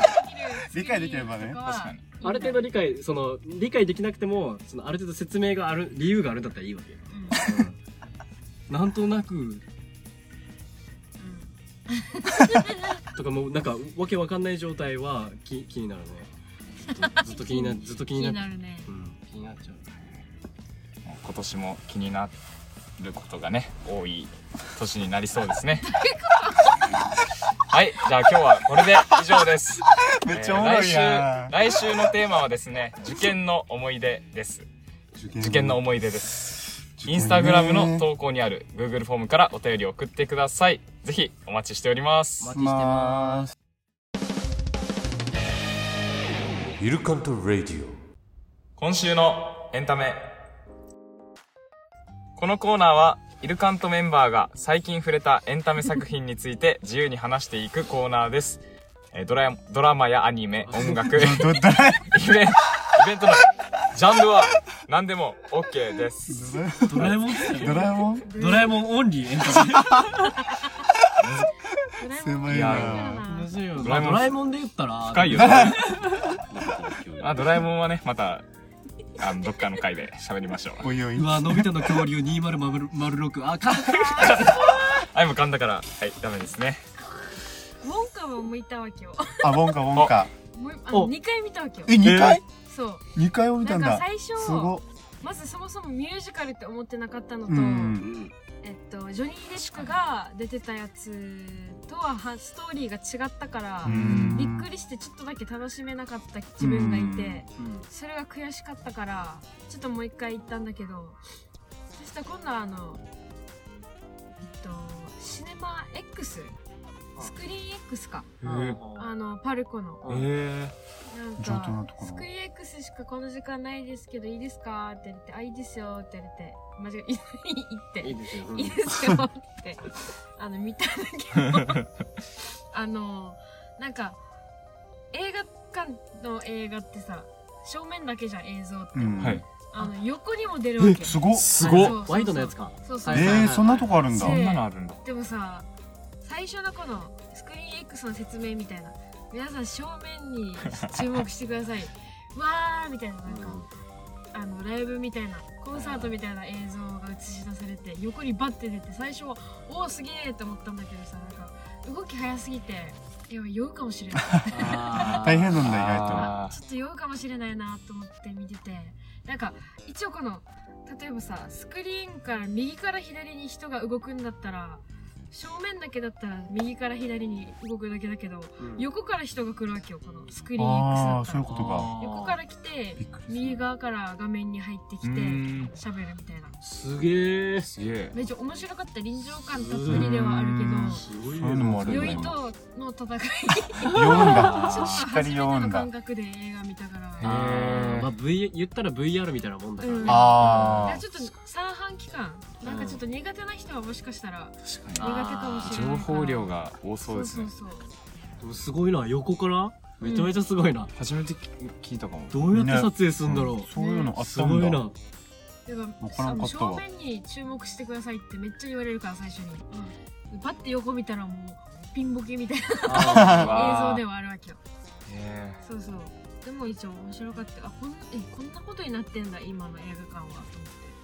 [SPEAKER 5] い
[SPEAKER 3] 理解できればね
[SPEAKER 2] 確かに。
[SPEAKER 5] ある程度理解その理解できなくてもそのある程度説明がある理由があるんだったらいいわけよ、うんなんとなくとかもうなんかわけわかんない状態は気気になるねずっとずっと気にな ずっと気
[SPEAKER 4] 気
[SPEAKER 5] にな
[SPEAKER 4] に
[SPEAKER 5] っ
[SPEAKER 4] なるね
[SPEAKER 5] うん、気になっちゃう
[SPEAKER 2] 今年も気になることがね、多い年になりそうですね。はい。じゃあ今日はこれで以上です。
[SPEAKER 3] めっちゃおもろい
[SPEAKER 2] えー
[SPEAKER 3] な。
[SPEAKER 2] 来週来週のテーマはですね受験の思い出です受験の思い出ですインスタグラムの投稿にある Google フォームからお便りを送ってくださいぜひお待ちしております
[SPEAKER 5] お待ちして
[SPEAKER 3] ま
[SPEAKER 5] ま
[SPEAKER 3] ーす。
[SPEAKER 1] イルカントラディオ
[SPEAKER 2] 今週のエンタメこのコーナーはイルカントメンバーが最近触れたエンタメ作品について自由に話していくコーナーですえードラドラマやアニメ音 楽イベン
[SPEAKER 3] ど、だい
[SPEAKER 2] イベントのジャンルは何でも OK です
[SPEAKER 5] ドラえもん
[SPEAKER 3] ドラえもん
[SPEAKER 5] ドラえもんオンリーエンタメ
[SPEAKER 4] ドラえもん
[SPEAKER 3] 狭い
[SPEAKER 2] いや
[SPEAKER 3] な。
[SPEAKER 5] むずいよ
[SPEAKER 2] ドラえもん
[SPEAKER 5] ドラえもんで言ったら
[SPEAKER 2] 深いよ あ、
[SPEAKER 5] あ。
[SPEAKER 2] ドラえもんはね、また、あの、どっかの回で喋りましょう。
[SPEAKER 3] おいおいう
[SPEAKER 5] わのび太の恐竜2006あかん
[SPEAKER 2] あ、今噛んだから、はい、ダメですね。
[SPEAKER 4] ウォンカも向いたわけよ
[SPEAKER 3] あ、ウォンカウォンカ。
[SPEAKER 4] もうあの
[SPEAKER 5] お
[SPEAKER 4] 2回見たわけよ
[SPEAKER 3] え、二回
[SPEAKER 4] そう
[SPEAKER 3] 二回を見
[SPEAKER 4] な
[SPEAKER 3] た
[SPEAKER 4] ん
[SPEAKER 3] ん
[SPEAKER 4] か
[SPEAKER 3] だ。
[SPEAKER 4] 最初
[SPEAKER 3] すごっ。
[SPEAKER 4] まずそもそもミュージカルって思ってなかったのと、
[SPEAKER 3] うん。
[SPEAKER 4] えっと、ジョニー・デシックが出てたやつとははストーリーが違ったから、
[SPEAKER 3] うん
[SPEAKER 4] びっくりしてちょっとだけ楽しめなかった自分がいて、
[SPEAKER 3] うん
[SPEAKER 4] それが悔しかったからちょっともう一回行ったんだけどそしたら今度はあのえっとシネマ X スクリーン X か
[SPEAKER 5] Hmm.
[SPEAKER 4] あのパルコの
[SPEAKER 2] えー、
[SPEAKER 4] なん
[SPEAKER 3] 上等な
[SPEAKER 4] か
[SPEAKER 3] ところ
[SPEAKER 4] スクリーン X しかこの時間ないですけどいいですかって言って「あいいですよ」って言って間違えいいって
[SPEAKER 5] いいですよ
[SPEAKER 4] いいですよって、あの、見たんだけど、 あの、なんか、映画館の映画ってさ、正面だけじゃん、映像って。
[SPEAKER 3] うん。
[SPEAKER 2] はい。
[SPEAKER 4] あの、横にも出るわけ。
[SPEAKER 3] え、すごっ。
[SPEAKER 2] す
[SPEAKER 4] ごっ
[SPEAKER 2] ごっ
[SPEAKER 5] ワイドのやつか
[SPEAKER 4] そうそ
[SPEAKER 3] え
[SPEAKER 4] う。
[SPEAKER 5] はいはいはい
[SPEAKER 3] ー、そんなとこあるんだ
[SPEAKER 2] そ。んなのあるんだ。
[SPEAKER 4] でもさ、最初のこの、スクリーン X の説明みたいな、皆さん正面に注目してください。わーみたいな、なんか、あのライブみたいなコンサートみたいな映像が映し出されて横にバッて出て最初は「おおすげえ!」って思ったんだけどさなんか動き早すぎていや酔うかもしれない
[SPEAKER 3] 大
[SPEAKER 5] 大
[SPEAKER 3] 変なんだ、意外
[SPEAKER 2] あ
[SPEAKER 4] ちょっと酔うかもしれないなと思って見ててなんか一応この例えばさスクリーンから右から左に人が動くんだったら正面だけだったら右から左に動くだけだけど横から人が来るわけよこのスクリ
[SPEAKER 3] と。
[SPEAKER 4] ーン X だ
[SPEAKER 3] ああ、
[SPEAKER 4] った
[SPEAKER 3] そういう
[SPEAKER 4] ら
[SPEAKER 3] ことか。
[SPEAKER 4] 横から来て
[SPEAKER 3] びっくりする
[SPEAKER 4] 右側から画面に入ってき
[SPEAKER 2] ーう
[SPEAKER 4] て
[SPEAKER 2] ーん。
[SPEAKER 4] 喋るみたいな
[SPEAKER 5] すげえ
[SPEAKER 2] すげえ。
[SPEAKER 4] めっちゃ面白かった臨場感たっぷりではあるけ
[SPEAKER 5] ごい
[SPEAKER 3] そういうのもある
[SPEAKER 4] ど
[SPEAKER 3] よ
[SPEAKER 4] 酔
[SPEAKER 3] ね
[SPEAKER 4] いとの戦い
[SPEAKER 3] 酔うんだ。
[SPEAKER 4] ちょっと
[SPEAKER 3] しっか
[SPEAKER 4] 初め
[SPEAKER 3] り
[SPEAKER 4] て
[SPEAKER 3] 酔う
[SPEAKER 4] の
[SPEAKER 3] んだ
[SPEAKER 4] 感。覚で映画見たから、
[SPEAKER 2] へー
[SPEAKER 5] まあ、v 言ったら VR みたいなもんだからね、
[SPEAKER 4] うんい
[SPEAKER 3] あ
[SPEAKER 4] やちょっと三半期間なんかちょっと苦手な人はもしかしたら
[SPEAKER 2] 確
[SPEAKER 4] 苦手かもしれ
[SPEAKER 2] 情
[SPEAKER 4] ないから
[SPEAKER 2] 報量が多そうですね。
[SPEAKER 4] そうそう
[SPEAKER 5] でもすごいな横からめちゃめちゃすごいな、
[SPEAKER 2] 初めて聞いたか も。
[SPEAKER 5] どうやって撮影す
[SPEAKER 3] あ。
[SPEAKER 5] るんだろう、
[SPEAKER 3] そういうのあっ
[SPEAKER 5] す
[SPEAKER 3] た
[SPEAKER 5] ごい
[SPEAKER 3] んだ。
[SPEAKER 5] な、
[SPEAKER 4] そうだ
[SPEAKER 3] わ
[SPEAKER 4] か
[SPEAKER 3] から
[SPEAKER 4] ら
[SPEAKER 3] ん
[SPEAKER 4] あ
[SPEAKER 3] か
[SPEAKER 4] の
[SPEAKER 3] ったわ
[SPEAKER 4] 正面に注目してくださいってめっちゃ言われるから最初にバッて横見たらもうピンボケみたいな映像で
[SPEAKER 2] は。
[SPEAKER 4] はあるわけよ
[SPEAKER 2] え
[SPEAKER 4] そうそうでも一応面白かったあこんえこんなことになってんだ今の映画館はと思って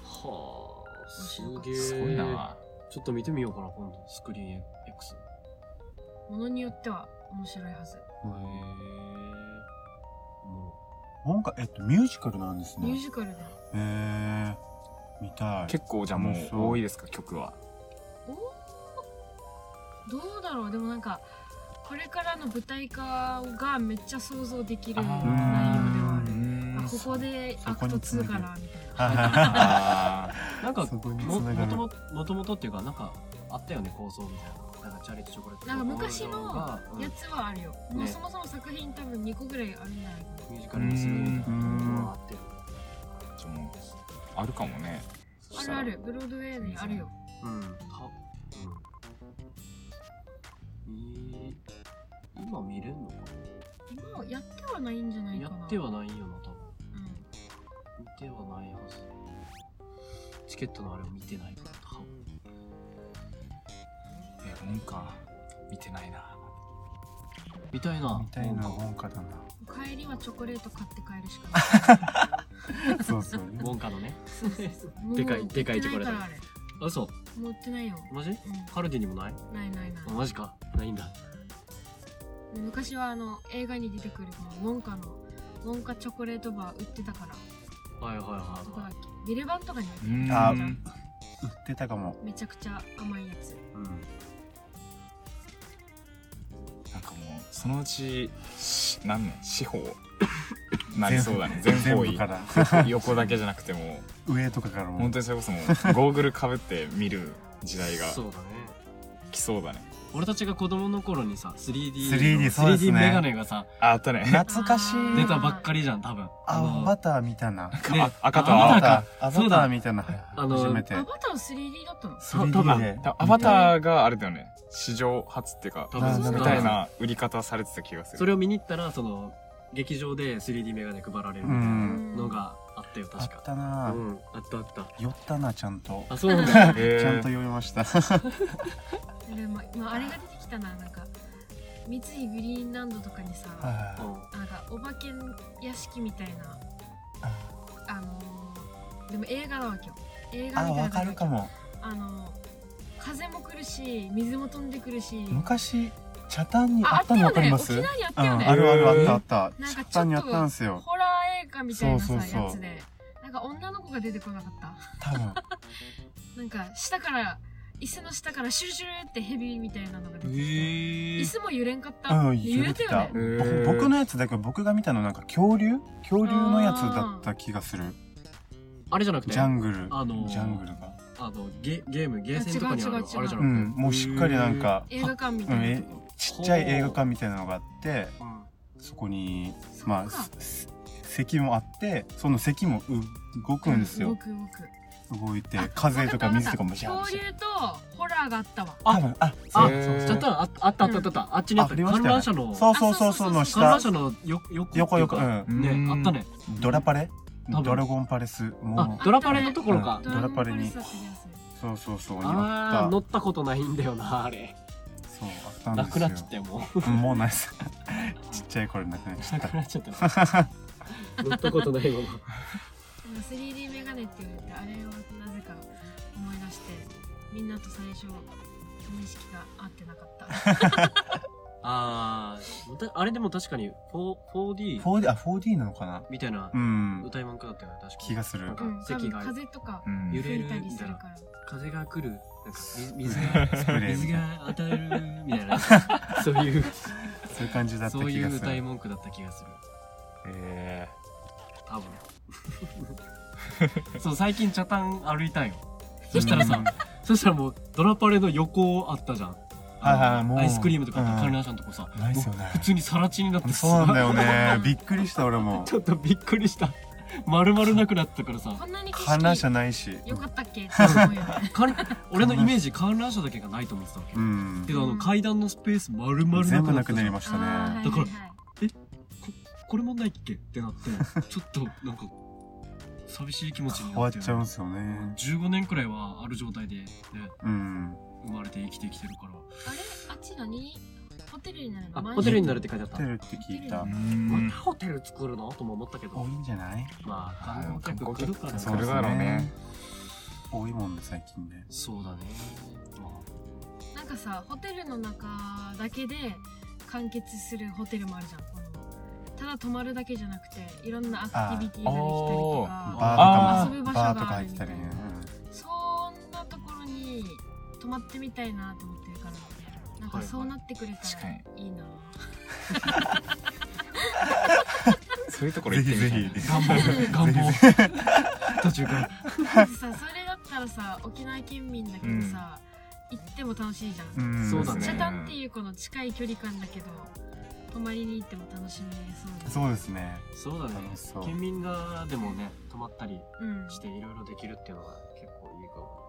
[SPEAKER 5] はあすげ
[SPEAKER 2] ー
[SPEAKER 5] え
[SPEAKER 2] すごいな。
[SPEAKER 5] ちょっと見てみようかな今度スクリーン X
[SPEAKER 4] ものによっては面白いはず
[SPEAKER 5] へえも
[SPEAKER 3] なんか、えっと、ミュージカルなんです
[SPEAKER 4] ミュー
[SPEAKER 3] ね。
[SPEAKER 4] ジカルだ
[SPEAKER 3] えー、見たい。
[SPEAKER 2] 結構じゃあもう多いですか、曲は。
[SPEAKER 4] どうだろうでもなんかこれからの舞台化がめっちゃ想像できる
[SPEAKER 2] あ
[SPEAKER 4] 内容で
[SPEAKER 2] ー
[SPEAKER 4] は
[SPEAKER 2] うーん
[SPEAKER 4] あるあここでアクト2かなみたいな
[SPEAKER 2] あ
[SPEAKER 5] うなんか
[SPEAKER 3] そこに
[SPEAKER 5] も
[SPEAKER 3] 繋が
[SPEAKER 5] も
[SPEAKER 3] る
[SPEAKER 5] とももともとっていうかなんかあったよね構想みたいななんかチャリティーチョコレート
[SPEAKER 4] なんか昔の
[SPEAKER 5] が
[SPEAKER 4] やつはあるよ、
[SPEAKER 5] うん
[SPEAKER 4] もう
[SPEAKER 5] ね
[SPEAKER 4] そもそも作品多分2個ぐらいあるんじゃないか
[SPEAKER 5] ミュージカルにするみたいなのがあって
[SPEAKER 2] じゃあもうあるかもね。
[SPEAKER 4] な
[SPEAKER 2] し
[SPEAKER 4] あ
[SPEAKER 2] た
[SPEAKER 4] る
[SPEAKER 2] ら
[SPEAKER 4] あるブロードウェイにあるよ
[SPEAKER 5] うんたうんえー今見れんのか
[SPEAKER 4] 今やってはないんじゃな
[SPEAKER 5] ないや
[SPEAKER 4] かな
[SPEAKER 5] ってはないよな多分
[SPEAKER 4] うん
[SPEAKER 5] 見てはないはずチケットのあれを見てないから多分
[SPEAKER 2] え本か見てないな
[SPEAKER 5] 見たいな
[SPEAKER 3] みたいな文化だ
[SPEAKER 4] 帰りはチョコレート買って帰るしかな
[SPEAKER 3] な。そうそう。
[SPEAKER 5] ウォンカの ね
[SPEAKER 4] いもう
[SPEAKER 5] でかいでかいチョコレー
[SPEAKER 4] 売ってないか
[SPEAKER 5] ト
[SPEAKER 4] らあれ
[SPEAKER 5] あ嘘
[SPEAKER 4] もう売ってないよ
[SPEAKER 5] マジ
[SPEAKER 4] う
[SPEAKER 5] カルディにもない
[SPEAKER 4] んないないない
[SPEAKER 5] あマジかないんだ
[SPEAKER 4] 昔はあの映画に出てくるこのウォンカのウォンカチョコレートバー売ってたから
[SPEAKER 5] はいはい
[SPEAKER 4] ど
[SPEAKER 5] はい
[SPEAKER 4] こだ
[SPEAKER 5] は
[SPEAKER 4] っ
[SPEAKER 5] い
[SPEAKER 4] けビレバンとかに
[SPEAKER 2] うーん
[SPEAKER 3] あ売ってたかも。
[SPEAKER 4] めちゃくちゃ甘いやつ
[SPEAKER 5] うん
[SPEAKER 2] なんかもうそのうちし何年四方なりそうだね全
[SPEAKER 3] 全
[SPEAKER 2] 方
[SPEAKER 3] 部
[SPEAKER 2] 位
[SPEAKER 3] から。
[SPEAKER 2] 横だけじゃなくても
[SPEAKER 3] 上とかから
[SPEAKER 2] う
[SPEAKER 3] も。
[SPEAKER 2] 本当にそれこそもうゴーグルかぶって見る時代が
[SPEAKER 5] そうだね
[SPEAKER 2] 来そうだね
[SPEAKER 5] 俺たちが子供の頃にさ 3D の
[SPEAKER 3] 3D そうですね
[SPEAKER 5] 3D メガネがさ
[SPEAKER 2] ああったね
[SPEAKER 3] 懐かしい。
[SPEAKER 5] 出たばっかりじゃん多分
[SPEAKER 3] あ、バターみたいな。
[SPEAKER 5] ね
[SPEAKER 2] あ赤と
[SPEAKER 5] あ
[SPEAKER 2] 青
[SPEAKER 5] バター
[SPEAKER 3] バ
[SPEAKER 5] か
[SPEAKER 3] ター、ア
[SPEAKER 5] そう
[SPEAKER 3] バ
[SPEAKER 5] だ
[SPEAKER 3] ターみたいな。
[SPEAKER 5] あの
[SPEAKER 3] 初めて
[SPEAKER 4] ア。バター 3D だったの
[SPEAKER 3] 3D で。
[SPEAKER 2] 多分アバターがあれだよね史上初っていうか
[SPEAKER 5] 多
[SPEAKER 3] な
[SPEAKER 5] 分
[SPEAKER 3] んか
[SPEAKER 2] みたいな売り方されてた気がす
[SPEAKER 5] そ
[SPEAKER 2] る
[SPEAKER 5] れを見に行ったらその劇場で 3D メガネ配られる
[SPEAKER 3] う
[SPEAKER 5] みたい
[SPEAKER 3] ん。
[SPEAKER 5] なのがあったよ
[SPEAKER 3] あ
[SPEAKER 5] 確
[SPEAKER 3] っ
[SPEAKER 5] か
[SPEAKER 3] た
[SPEAKER 5] う
[SPEAKER 3] な。
[SPEAKER 5] んあったあった
[SPEAKER 3] 寄ったな、ちゃんと。
[SPEAKER 5] あそうなんだ
[SPEAKER 2] へー
[SPEAKER 3] ちゃんと読みました。
[SPEAKER 4] でも、まあ、あれが出てきたななんか三井グリーンランドとかにさ
[SPEAKER 5] う
[SPEAKER 3] あ
[SPEAKER 5] ん
[SPEAKER 4] なんかお化け屋敷みたいなあのーでも映画なわけよ映画みたいな
[SPEAKER 3] あ、
[SPEAKER 4] の
[SPEAKER 3] わかるかも。
[SPEAKER 4] あのー風も来るし水も飛んでくるし
[SPEAKER 3] 昔、茶炭に
[SPEAKER 4] あ
[SPEAKER 3] あ
[SPEAKER 4] あ
[SPEAKER 3] っ
[SPEAKER 4] った
[SPEAKER 3] たの
[SPEAKER 4] よ
[SPEAKER 3] わかり
[SPEAKER 4] ね
[SPEAKER 3] ます
[SPEAKER 4] 沖
[SPEAKER 3] うん、
[SPEAKER 4] 縄にあったよね、
[SPEAKER 3] あるあるあったあった
[SPEAKER 4] なん。か
[SPEAKER 3] 茶
[SPEAKER 4] ちょっ
[SPEAKER 3] 炭にあっ
[SPEAKER 4] と
[SPEAKER 3] たんすよ。
[SPEAKER 4] ホラー映画みたいなさ
[SPEAKER 3] そうそうそう
[SPEAKER 4] やつでなんか女の子が出てこなかった
[SPEAKER 3] 多分。
[SPEAKER 4] なんか下から椅子の下からシュルシュルってヘビみたいなのが出て
[SPEAKER 2] え
[SPEAKER 4] きて、椅
[SPEAKER 2] ー
[SPEAKER 4] 子も揺れんかった、
[SPEAKER 3] うん、
[SPEAKER 4] 揺
[SPEAKER 3] 揺
[SPEAKER 4] れ
[SPEAKER 3] れ
[SPEAKER 4] た
[SPEAKER 3] て
[SPEAKER 4] よ
[SPEAKER 3] た。
[SPEAKER 4] ね
[SPEAKER 2] ねへー
[SPEAKER 3] ぼ僕のやつだけど、僕が見たのなんか恐竜恐竜のやつだった気がする。
[SPEAKER 5] あれじゃなくて
[SPEAKER 3] ジャングル。
[SPEAKER 5] あのー
[SPEAKER 3] ジャングルが。
[SPEAKER 5] あのゲゲームゲーセンとかにある
[SPEAKER 4] 違
[SPEAKER 5] あ
[SPEAKER 4] う違う違
[SPEAKER 5] れ
[SPEAKER 4] う
[SPEAKER 5] じゃなくて、
[SPEAKER 3] うん、もうしっかりなんか、
[SPEAKER 4] 映画館み
[SPEAKER 3] う
[SPEAKER 4] た
[SPEAKER 3] ん、
[SPEAKER 4] い
[SPEAKER 3] え
[SPEAKER 4] なとこ、
[SPEAKER 3] ちっちゃい映画館みたいなのがあって、
[SPEAKER 5] うん
[SPEAKER 3] そこに、
[SPEAKER 4] そっか
[SPEAKER 3] まあ、す席もあって、その席もう動くんです
[SPEAKER 4] 動
[SPEAKER 3] よ。
[SPEAKER 4] く動く
[SPEAKER 3] 動いて
[SPEAKER 4] あ、
[SPEAKER 3] 風とか水とかも
[SPEAKER 4] わ
[SPEAKER 3] シ
[SPEAKER 4] た
[SPEAKER 3] ャ
[SPEAKER 4] わ
[SPEAKER 3] ー
[SPEAKER 4] かった
[SPEAKER 3] ッ
[SPEAKER 4] 恐竜とホラーがあったわ
[SPEAKER 3] 多分、あ、
[SPEAKER 5] あ
[SPEAKER 3] そうそう
[SPEAKER 5] ちょっとああったあったあったあっちにあった
[SPEAKER 3] ありましたよ
[SPEAKER 5] 観
[SPEAKER 3] ね
[SPEAKER 5] 覧車の
[SPEAKER 3] そうそうそうそうの
[SPEAKER 4] あそうそうそうそう
[SPEAKER 3] 下
[SPEAKER 5] 観覧、車のよ横
[SPEAKER 3] 横
[SPEAKER 5] っていう
[SPEAKER 3] 横、う
[SPEAKER 5] か
[SPEAKER 3] ん。
[SPEAKER 5] ねあったね
[SPEAKER 3] ドラパレ
[SPEAKER 5] 多分
[SPEAKER 3] ドラゴンパレス。
[SPEAKER 5] あ
[SPEAKER 3] も
[SPEAKER 5] ドラパレのところか
[SPEAKER 3] ドラパレに
[SPEAKER 4] ドラゴンパレスだった
[SPEAKER 3] う、そうそうそう、に
[SPEAKER 5] あ
[SPEAKER 3] あ
[SPEAKER 5] ー
[SPEAKER 3] っ
[SPEAKER 5] 乗
[SPEAKER 3] た。
[SPEAKER 5] ったことないんだよなあれ
[SPEAKER 3] そう、あったん
[SPEAKER 5] な
[SPEAKER 3] で
[SPEAKER 5] く
[SPEAKER 3] す
[SPEAKER 5] な
[SPEAKER 3] よ
[SPEAKER 5] っちゃったよも
[SPEAKER 3] うん。もうないです。 ちっちゃい頃なくなっち
[SPEAKER 5] う
[SPEAKER 3] ゃ
[SPEAKER 5] な
[SPEAKER 3] っ
[SPEAKER 5] く
[SPEAKER 3] た。
[SPEAKER 5] なっちゃった よ乗ったことないまま
[SPEAKER 4] 気がするなんか 3D メガネって言ってあれをなぜか思い出してみんなと最初認識が合ってなかった
[SPEAKER 5] あーあれでも確かに 4- 4D
[SPEAKER 3] 4D、あ、4D なのかな
[SPEAKER 5] みたいな
[SPEAKER 3] うん。
[SPEAKER 5] 歌い文句だったよね確かに
[SPEAKER 3] 気がする
[SPEAKER 5] なん。か
[SPEAKER 4] うん多
[SPEAKER 5] 席
[SPEAKER 4] 分
[SPEAKER 5] が
[SPEAKER 4] 風とか
[SPEAKER 2] うん
[SPEAKER 5] ゆ
[SPEAKER 4] 吹いたりするから
[SPEAKER 5] 風が来るなんか水 水が
[SPEAKER 3] スプレーみたいな
[SPEAKER 5] 水が当たるみたい なそういう
[SPEAKER 3] そういう感じだった気
[SPEAKER 5] そう
[SPEAKER 3] がす
[SPEAKER 5] い
[SPEAKER 3] る。
[SPEAKER 5] う歌い文句だった気がする
[SPEAKER 2] え
[SPEAKER 5] 多分 そう最近茶炭歩いたんよそしたらさ
[SPEAKER 3] うん
[SPEAKER 5] そしたらもうドラパレの横あったじゃん
[SPEAKER 3] はいはいはいもう
[SPEAKER 5] アイスクリームとかあった
[SPEAKER 3] うん
[SPEAKER 5] 観覧車のとこさ
[SPEAKER 3] ないっすよね
[SPEAKER 5] 普通に更地になってさ。
[SPEAKER 3] そうなんだよね。びっくりした俺も
[SPEAKER 5] ちょっとびっくりした丸々なくなったからさ
[SPEAKER 4] こんなに景
[SPEAKER 3] 観覧車
[SPEAKER 4] 色
[SPEAKER 3] ないし。
[SPEAKER 4] 良かったっけって思うよね
[SPEAKER 5] 観俺のイメージ観覧車だけがないと思ってたわけ、
[SPEAKER 3] うん
[SPEAKER 5] け。どあの階段のスペース丸々
[SPEAKER 3] 全
[SPEAKER 5] なく
[SPEAKER 3] 部
[SPEAKER 5] なっ
[SPEAKER 3] な
[SPEAKER 5] た
[SPEAKER 3] く
[SPEAKER 5] じ
[SPEAKER 3] な
[SPEAKER 5] ゃ
[SPEAKER 3] り
[SPEAKER 5] ん
[SPEAKER 3] ました
[SPEAKER 4] あー
[SPEAKER 3] ね。
[SPEAKER 5] だから
[SPEAKER 4] はいはいはい
[SPEAKER 5] これもないっけってなって ちょっとなんか寂しい気持ちに
[SPEAKER 3] 終
[SPEAKER 5] な
[SPEAKER 3] わ
[SPEAKER 5] っ
[SPEAKER 3] ってちゃうんすよね。
[SPEAKER 5] 15年くらいはある状態でね
[SPEAKER 3] うん。
[SPEAKER 5] 生まれて生きてきてるから
[SPEAKER 4] あれあっち何ホテルになるの
[SPEAKER 5] あ
[SPEAKER 4] マンション
[SPEAKER 5] ホテルになるって書いてあっ
[SPEAKER 3] ホ
[SPEAKER 5] た
[SPEAKER 3] テルって聞い
[SPEAKER 2] ー、
[SPEAKER 3] た
[SPEAKER 2] う。
[SPEAKER 5] また
[SPEAKER 2] ん
[SPEAKER 5] ホテル作るのとも思ったけど
[SPEAKER 3] 多いんじゃない
[SPEAKER 5] まあ観光客来るから
[SPEAKER 2] それだろうね。
[SPEAKER 3] 多いもんね、最近ね。
[SPEAKER 5] そうだ ねま
[SPEAKER 4] なんかさホテルの中だけで完結するホテルもあるじゃんこのただ泊まるだけじゃなくていろんなアクティビティができたりと
[SPEAKER 3] バーと
[SPEAKER 4] か
[SPEAKER 3] か
[SPEAKER 2] あ
[SPEAKER 4] ー
[SPEAKER 3] も、
[SPEAKER 4] 遊ぶ場所があ
[SPEAKER 3] バ
[SPEAKER 4] る
[SPEAKER 3] ーとか入ったりね
[SPEAKER 4] み。そんなところに泊まってみたいなと思ってるからなんかそうなってくれたらいいな、
[SPEAKER 2] そういうとこ
[SPEAKER 3] う
[SPEAKER 2] ろ
[SPEAKER 3] んぜ
[SPEAKER 2] 行っ
[SPEAKER 3] ひ
[SPEAKER 2] てみ
[SPEAKER 3] ぜ
[SPEAKER 2] たい
[SPEAKER 3] ひ。
[SPEAKER 5] あ願望願望途中から
[SPEAKER 4] だってさそれだったらさ沖縄県民だけどさ、行っても楽しいじゃん、
[SPEAKER 3] ん
[SPEAKER 5] そうだね
[SPEAKER 4] 北谷っていうこの近い距離感だけど泊まりに行っても楽しめそうです
[SPEAKER 3] そうですね。
[SPEAKER 5] そうだね
[SPEAKER 3] 楽しそう
[SPEAKER 5] 県民がでもね泊まったり
[SPEAKER 4] うん
[SPEAKER 5] していろいろできるっていうのが結構いいかも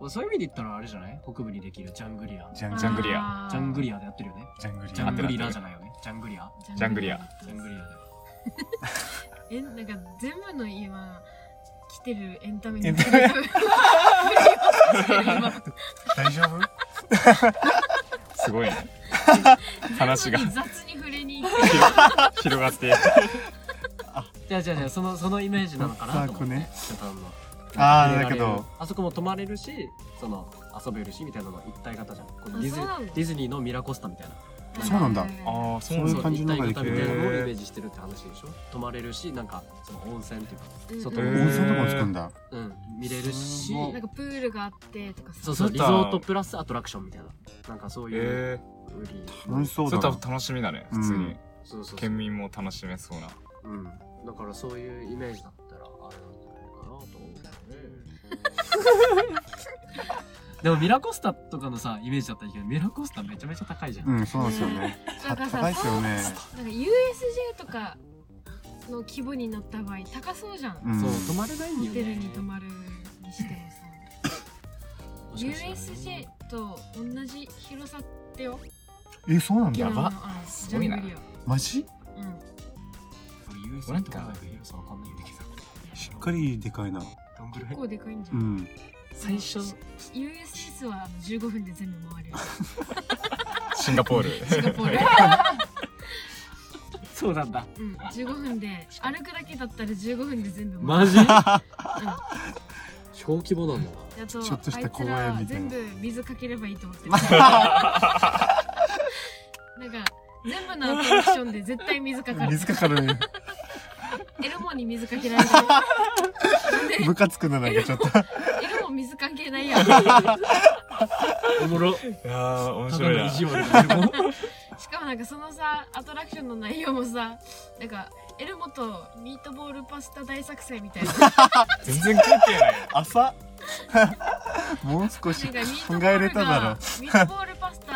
[SPEAKER 5] まあそういう意味で言ったらあれじゃない北部にできるジャングリア
[SPEAKER 3] ジャン
[SPEAKER 2] ジャングリア
[SPEAKER 4] あー
[SPEAKER 5] ジャングリアでやってるよね
[SPEAKER 3] ジャングリア。
[SPEAKER 5] ジャングリラじゃないよねジャングリア
[SPEAKER 2] ジャングリア
[SPEAKER 5] ジャングリアで
[SPEAKER 4] えなんか全部の今来てるエンタメに
[SPEAKER 3] エ ンタメ
[SPEAKER 4] 今
[SPEAKER 3] 大丈夫
[SPEAKER 2] すごいね話が
[SPEAKER 4] なのに雑に触れに行って
[SPEAKER 2] 広がって
[SPEAKER 5] じゃあじゃあじゃあそのそのイメージなのかなと
[SPEAKER 3] サー
[SPEAKER 5] 思って、
[SPEAKER 3] クね
[SPEAKER 5] ジャパンの
[SPEAKER 3] ああ、
[SPEAKER 5] 入れ
[SPEAKER 3] だ
[SPEAKER 5] ら
[SPEAKER 3] け
[SPEAKER 5] れる
[SPEAKER 3] ど、
[SPEAKER 5] あそこも泊まれるしその遊べるしみたいなのが一体型じゃんこのディズ
[SPEAKER 4] あそうなんだ
[SPEAKER 5] ディズニーのミラコスタみたいな
[SPEAKER 3] そうなんだ
[SPEAKER 2] ああそうなんだ
[SPEAKER 3] そういう感じのができる
[SPEAKER 5] 一体型みたいなのをイメージしてるって話でしょ泊まれるしなんかその温泉っていうか外
[SPEAKER 4] うん
[SPEAKER 5] へ
[SPEAKER 3] 温泉とかもつくんだ。
[SPEAKER 5] うん見れ
[SPEAKER 3] す
[SPEAKER 5] るし
[SPEAKER 3] ごい
[SPEAKER 4] なんかプールがあってとかさ
[SPEAKER 5] そうそう
[SPEAKER 2] そ
[SPEAKER 5] リ
[SPEAKER 2] う
[SPEAKER 5] ゾ
[SPEAKER 2] だ
[SPEAKER 5] ートプラスアトラクションみたいななんかそういう
[SPEAKER 2] え
[SPEAKER 5] 売り
[SPEAKER 3] 楽しそ
[SPEAKER 2] ー、
[SPEAKER 3] う
[SPEAKER 2] それ
[SPEAKER 3] だ
[SPEAKER 2] 多
[SPEAKER 3] な
[SPEAKER 2] 分。楽しみだね普通に、
[SPEAKER 3] うん
[SPEAKER 5] そうそうそう
[SPEAKER 2] 県民も楽しめそうな
[SPEAKER 5] うんだからそういうイメージだったらあれなんじゃないかなと思うけどねでもミラコスタとかのさイメージだったらいいけどミラコスタめちゃめちゃ高いじゃん、
[SPEAKER 3] うん、そうなんですよね。
[SPEAKER 4] なんかさ
[SPEAKER 3] 高いですよね。
[SPEAKER 4] なんか USJ とかの規模になった場合高そうじゃん、
[SPEAKER 3] ん
[SPEAKER 5] そう泊まれないんだ
[SPEAKER 4] ホ
[SPEAKER 5] よ
[SPEAKER 4] テル
[SPEAKER 5] ね
[SPEAKER 4] に泊まるにしてもさ
[SPEAKER 5] もしかしたらね
[SPEAKER 4] USJ と同じ広さってよ
[SPEAKER 3] え、そうなん
[SPEAKER 2] や
[SPEAKER 3] だ。
[SPEAKER 2] ば
[SPEAKER 4] 昨日のあの
[SPEAKER 2] すごいな
[SPEAKER 4] ジャングリ
[SPEAKER 3] マジ
[SPEAKER 4] アうん
[SPEAKER 5] 俺 USJ とかなんか広さわかんないんだけど
[SPEAKER 3] しっかりでかいな。
[SPEAKER 5] どんぐら
[SPEAKER 4] 結
[SPEAKER 5] い
[SPEAKER 4] 構でかいんじゃ、
[SPEAKER 3] うんん。
[SPEAKER 5] 最初
[SPEAKER 4] USS はあの15分で全部回れ る
[SPEAKER 2] シンガポール
[SPEAKER 4] シンガポール、
[SPEAKER 5] そうなんだ
[SPEAKER 4] うん、15分で歩くだけだったら15分で全部回
[SPEAKER 5] マジ
[SPEAKER 4] る、うん
[SPEAKER 5] 小規模なんだな
[SPEAKER 4] であと
[SPEAKER 3] ちょっとした
[SPEAKER 4] あいつ
[SPEAKER 3] 公園
[SPEAKER 4] ら
[SPEAKER 3] みたい
[SPEAKER 4] 全
[SPEAKER 3] な
[SPEAKER 4] 部水かければいいと思ってる なんか全部のアトラクションで絶対水かかる
[SPEAKER 3] 水かか る。
[SPEAKER 4] エルモに水かけられる
[SPEAKER 3] ムカつくな、なんかちょっと。
[SPEAKER 4] エルモ水関係ないやんしか
[SPEAKER 5] おも ろ
[SPEAKER 2] いやー面
[SPEAKER 5] ただ
[SPEAKER 2] 白い
[SPEAKER 5] の
[SPEAKER 2] な
[SPEAKER 5] 意地悪だけど
[SPEAKER 4] もなんかそのさアトラクションの内容もさなんかエルモとミートボールパスタ大作戦みたいななんか
[SPEAKER 2] 全然関係ない
[SPEAKER 3] 朝 もう少
[SPEAKER 4] ミ
[SPEAKER 3] し
[SPEAKER 4] ート
[SPEAKER 3] 考
[SPEAKER 4] ボ
[SPEAKER 3] え
[SPEAKER 4] ー
[SPEAKER 3] れ
[SPEAKER 4] ル
[SPEAKER 3] たな
[SPEAKER 4] が
[SPEAKER 3] ら。
[SPEAKER 4] ミートボールパスタ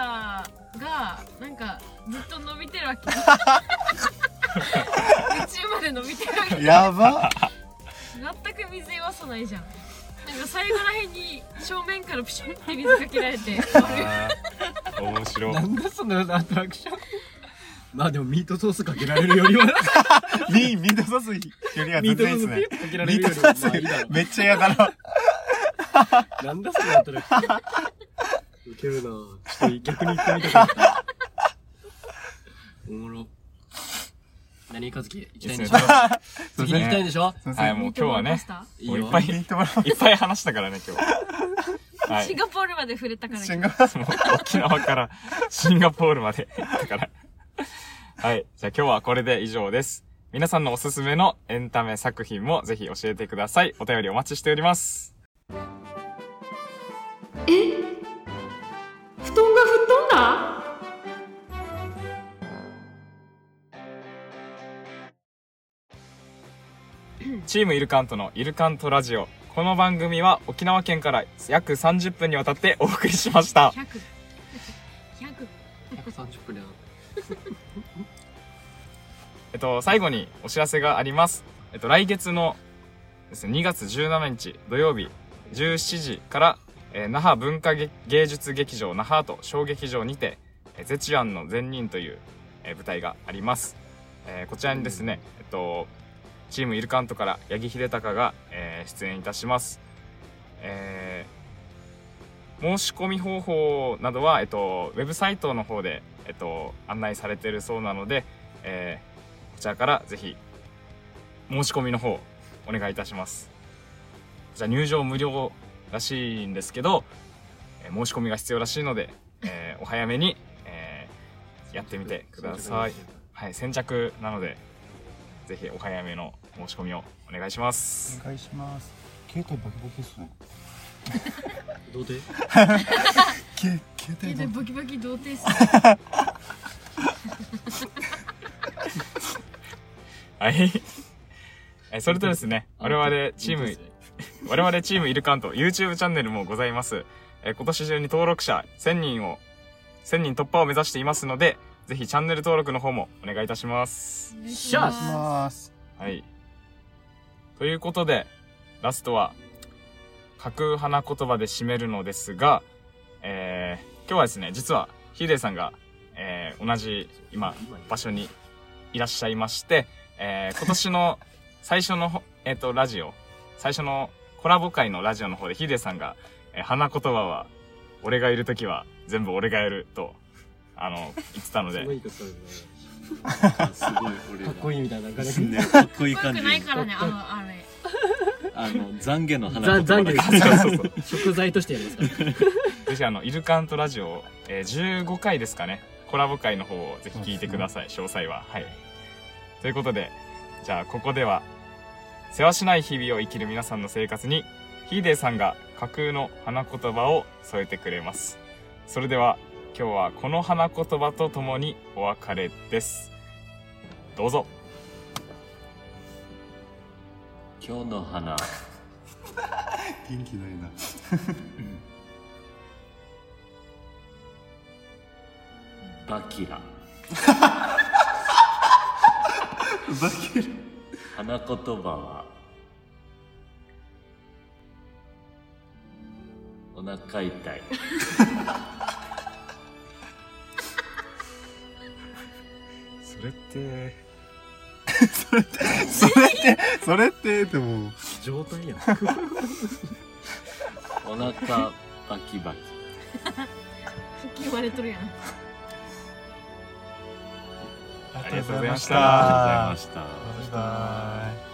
[SPEAKER 4] がなんかずっと伸びてるわけ宇宙まで伸びてるわけ
[SPEAKER 3] やば
[SPEAKER 4] 全く水弱さないじゃんなんか最後らへんに正面からプシュンって水かけられて
[SPEAKER 2] あー面白い
[SPEAKER 5] なんだそのアトラクション まあでもミートソースかけられるよりは
[SPEAKER 3] ミー、ミートソースよりは
[SPEAKER 5] ミ
[SPEAKER 3] 全
[SPEAKER 5] ート
[SPEAKER 3] 然いい
[SPEAKER 5] ソ
[SPEAKER 3] ですね
[SPEAKER 5] ース。かけられ
[SPEAKER 3] ミ
[SPEAKER 5] る
[SPEAKER 3] ー
[SPEAKER 5] よ
[SPEAKER 3] ト
[SPEAKER 5] り
[SPEAKER 3] ソ
[SPEAKER 5] はまあいい
[SPEAKER 3] ー
[SPEAKER 5] だろ
[SPEAKER 3] スめっちゃ嫌だな。
[SPEAKER 5] うなんだそのアトラクションウケるなぁちょっと逆に行ってみたかったおもろ何和樹行きたいんでしょ
[SPEAKER 3] そう
[SPEAKER 5] 次
[SPEAKER 3] です
[SPEAKER 5] に行きたいん
[SPEAKER 3] ね。
[SPEAKER 5] でしょ
[SPEAKER 3] すいま
[SPEAKER 2] は
[SPEAKER 3] せ
[SPEAKER 2] い
[SPEAKER 3] ん。
[SPEAKER 2] もう今日はね
[SPEAKER 5] いい
[SPEAKER 2] もうい
[SPEAKER 5] よ
[SPEAKER 2] っぱい
[SPEAKER 3] ミートボー
[SPEAKER 2] いっぱい話したからね今日は
[SPEAKER 4] シン
[SPEAKER 2] い
[SPEAKER 4] ガポールまで触れたか
[SPEAKER 3] ル。
[SPEAKER 4] ら
[SPEAKER 3] シンガポール
[SPEAKER 2] もう 沖縄からシンガポールまで行ったからはいじゃあ今日はこれで以上です皆さんのおすすめのエンタメ作品もぜひ教えてくださいお便りお待ちしております
[SPEAKER 4] 布団が吹っ飛んだ
[SPEAKER 2] チームイルカントのイルカントラジオこの番組は沖縄県から約30分にわたってお送りしました
[SPEAKER 4] 100 100
[SPEAKER 5] 130分で
[SPEAKER 2] えっと、最後にお知らせがあります。えっと、来月のですね、2月17日土曜日17時から、えー那覇文化げ芸術劇場那覇と小劇場にて、えーゼチアンの善人という、えー舞台があります。えーこちらにですね、えっと、チームイルカントから八木秀隆が、えー出演いたします。えー申し込み方法などは、えっと、ウェブサイトの方で、えっと、案内されているそうなので、えーこちらからぜひ申し込みの方お願いいたしますこちら入場無料らしいんですけど、えー申し込みが必要らしいので、えーお早めに、えーやってみてくださいはい先着なのでぜひお早めの申し込みをお願いします
[SPEAKER 3] お願いします。携帯バキバキですね。
[SPEAKER 5] どうで
[SPEAKER 3] け、携
[SPEAKER 4] 手
[SPEAKER 3] 帯
[SPEAKER 4] で
[SPEAKER 3] バ
[SPEAKER 4] バキバキ童貞さ
[SPEAKER 2] はい えーそれとですね我々チーム我々チームイルカント YouTube チャンネルもございます。えー今年中に登録者1000人を、1000人突破を目指していますので、ぜひチャンネル登録の方もお願いいたします。
[SPEAKER 4] お願いし
[SPEAKER 5] シャー
[SPEAKER 4] ます
[SPEAKER 3] ます。
[SPEAKER 2] はい。ということで、ラストは、架空花言葉で締めるのですが、えー、今日はですね、実は、ヒデさんが、えー、同じ、今、場所にいらっしゃいまして、えー、今年 の最初のほ、えっ、と、ラジオ、最初のコラボ会のラジオの方でヒデさんが、えー花言葉は、俺がいるときは全部俺がやると、あの、言ってたの
[SPEAKER 5] す
[SPEAKER 2] で
[SPEAKER 5] ご、いことだよね
[SPEAKER 6] すごい俺
[SPEAKER 5] かっこいいみたいな感じ
[SPEAKER 6] ねかっこいい
[SPEAKER 4] かっこよく
[SPEAKER 6] 感じ
[SPEAKER 4] ないからねあのあれ
[SPEAKER 6] あの懺悔の花
[SPEAKER 5] ざ
[SPEAKER 6] 言葉
[SPEAKER 5] 懺
[SPEAKER 6] だ
[SPEAKER 5] 悔
[SPEAKER 2] そうそうそう
[SPEAKER 5] で
[SPEAKER 6] け
[SPEAKER 5] す食材としてやりますから
[SPEAKER 2] ぜひあのイルカントラジオ、えー15回ですかねコラボ回の方をぜひ聞いてください、詳細ははいということでじゃあここでは世話しない日々を生きる皆さんの生活にヒーデーさんが架空の花言葉を添えてくれますそれでは今日はこの花言葉とともにお別れですどうぞ
[SPEAKER 6] 今日の花
[SPEAKER 3] 元気ないな。
[SPEAKER 6] バキラ
[SPEAKER 3] バキル。
[SPEAKER 6] 花言葉はお腹痛い
[SPEAKER 2] それって
[SPEAKER 3] それって、それって、でも、
[SPEAKER 5] 状態やん
[SPEAKER 6] お腹バキバキ
[SPEAKER 4] 腹筋割れとるやん
[SPEAKER 3] あ
[SPEAKER 2] りがとうございました
[SPEAKER 6] ありがとうございました
[SPEAKER 3] バイバイ。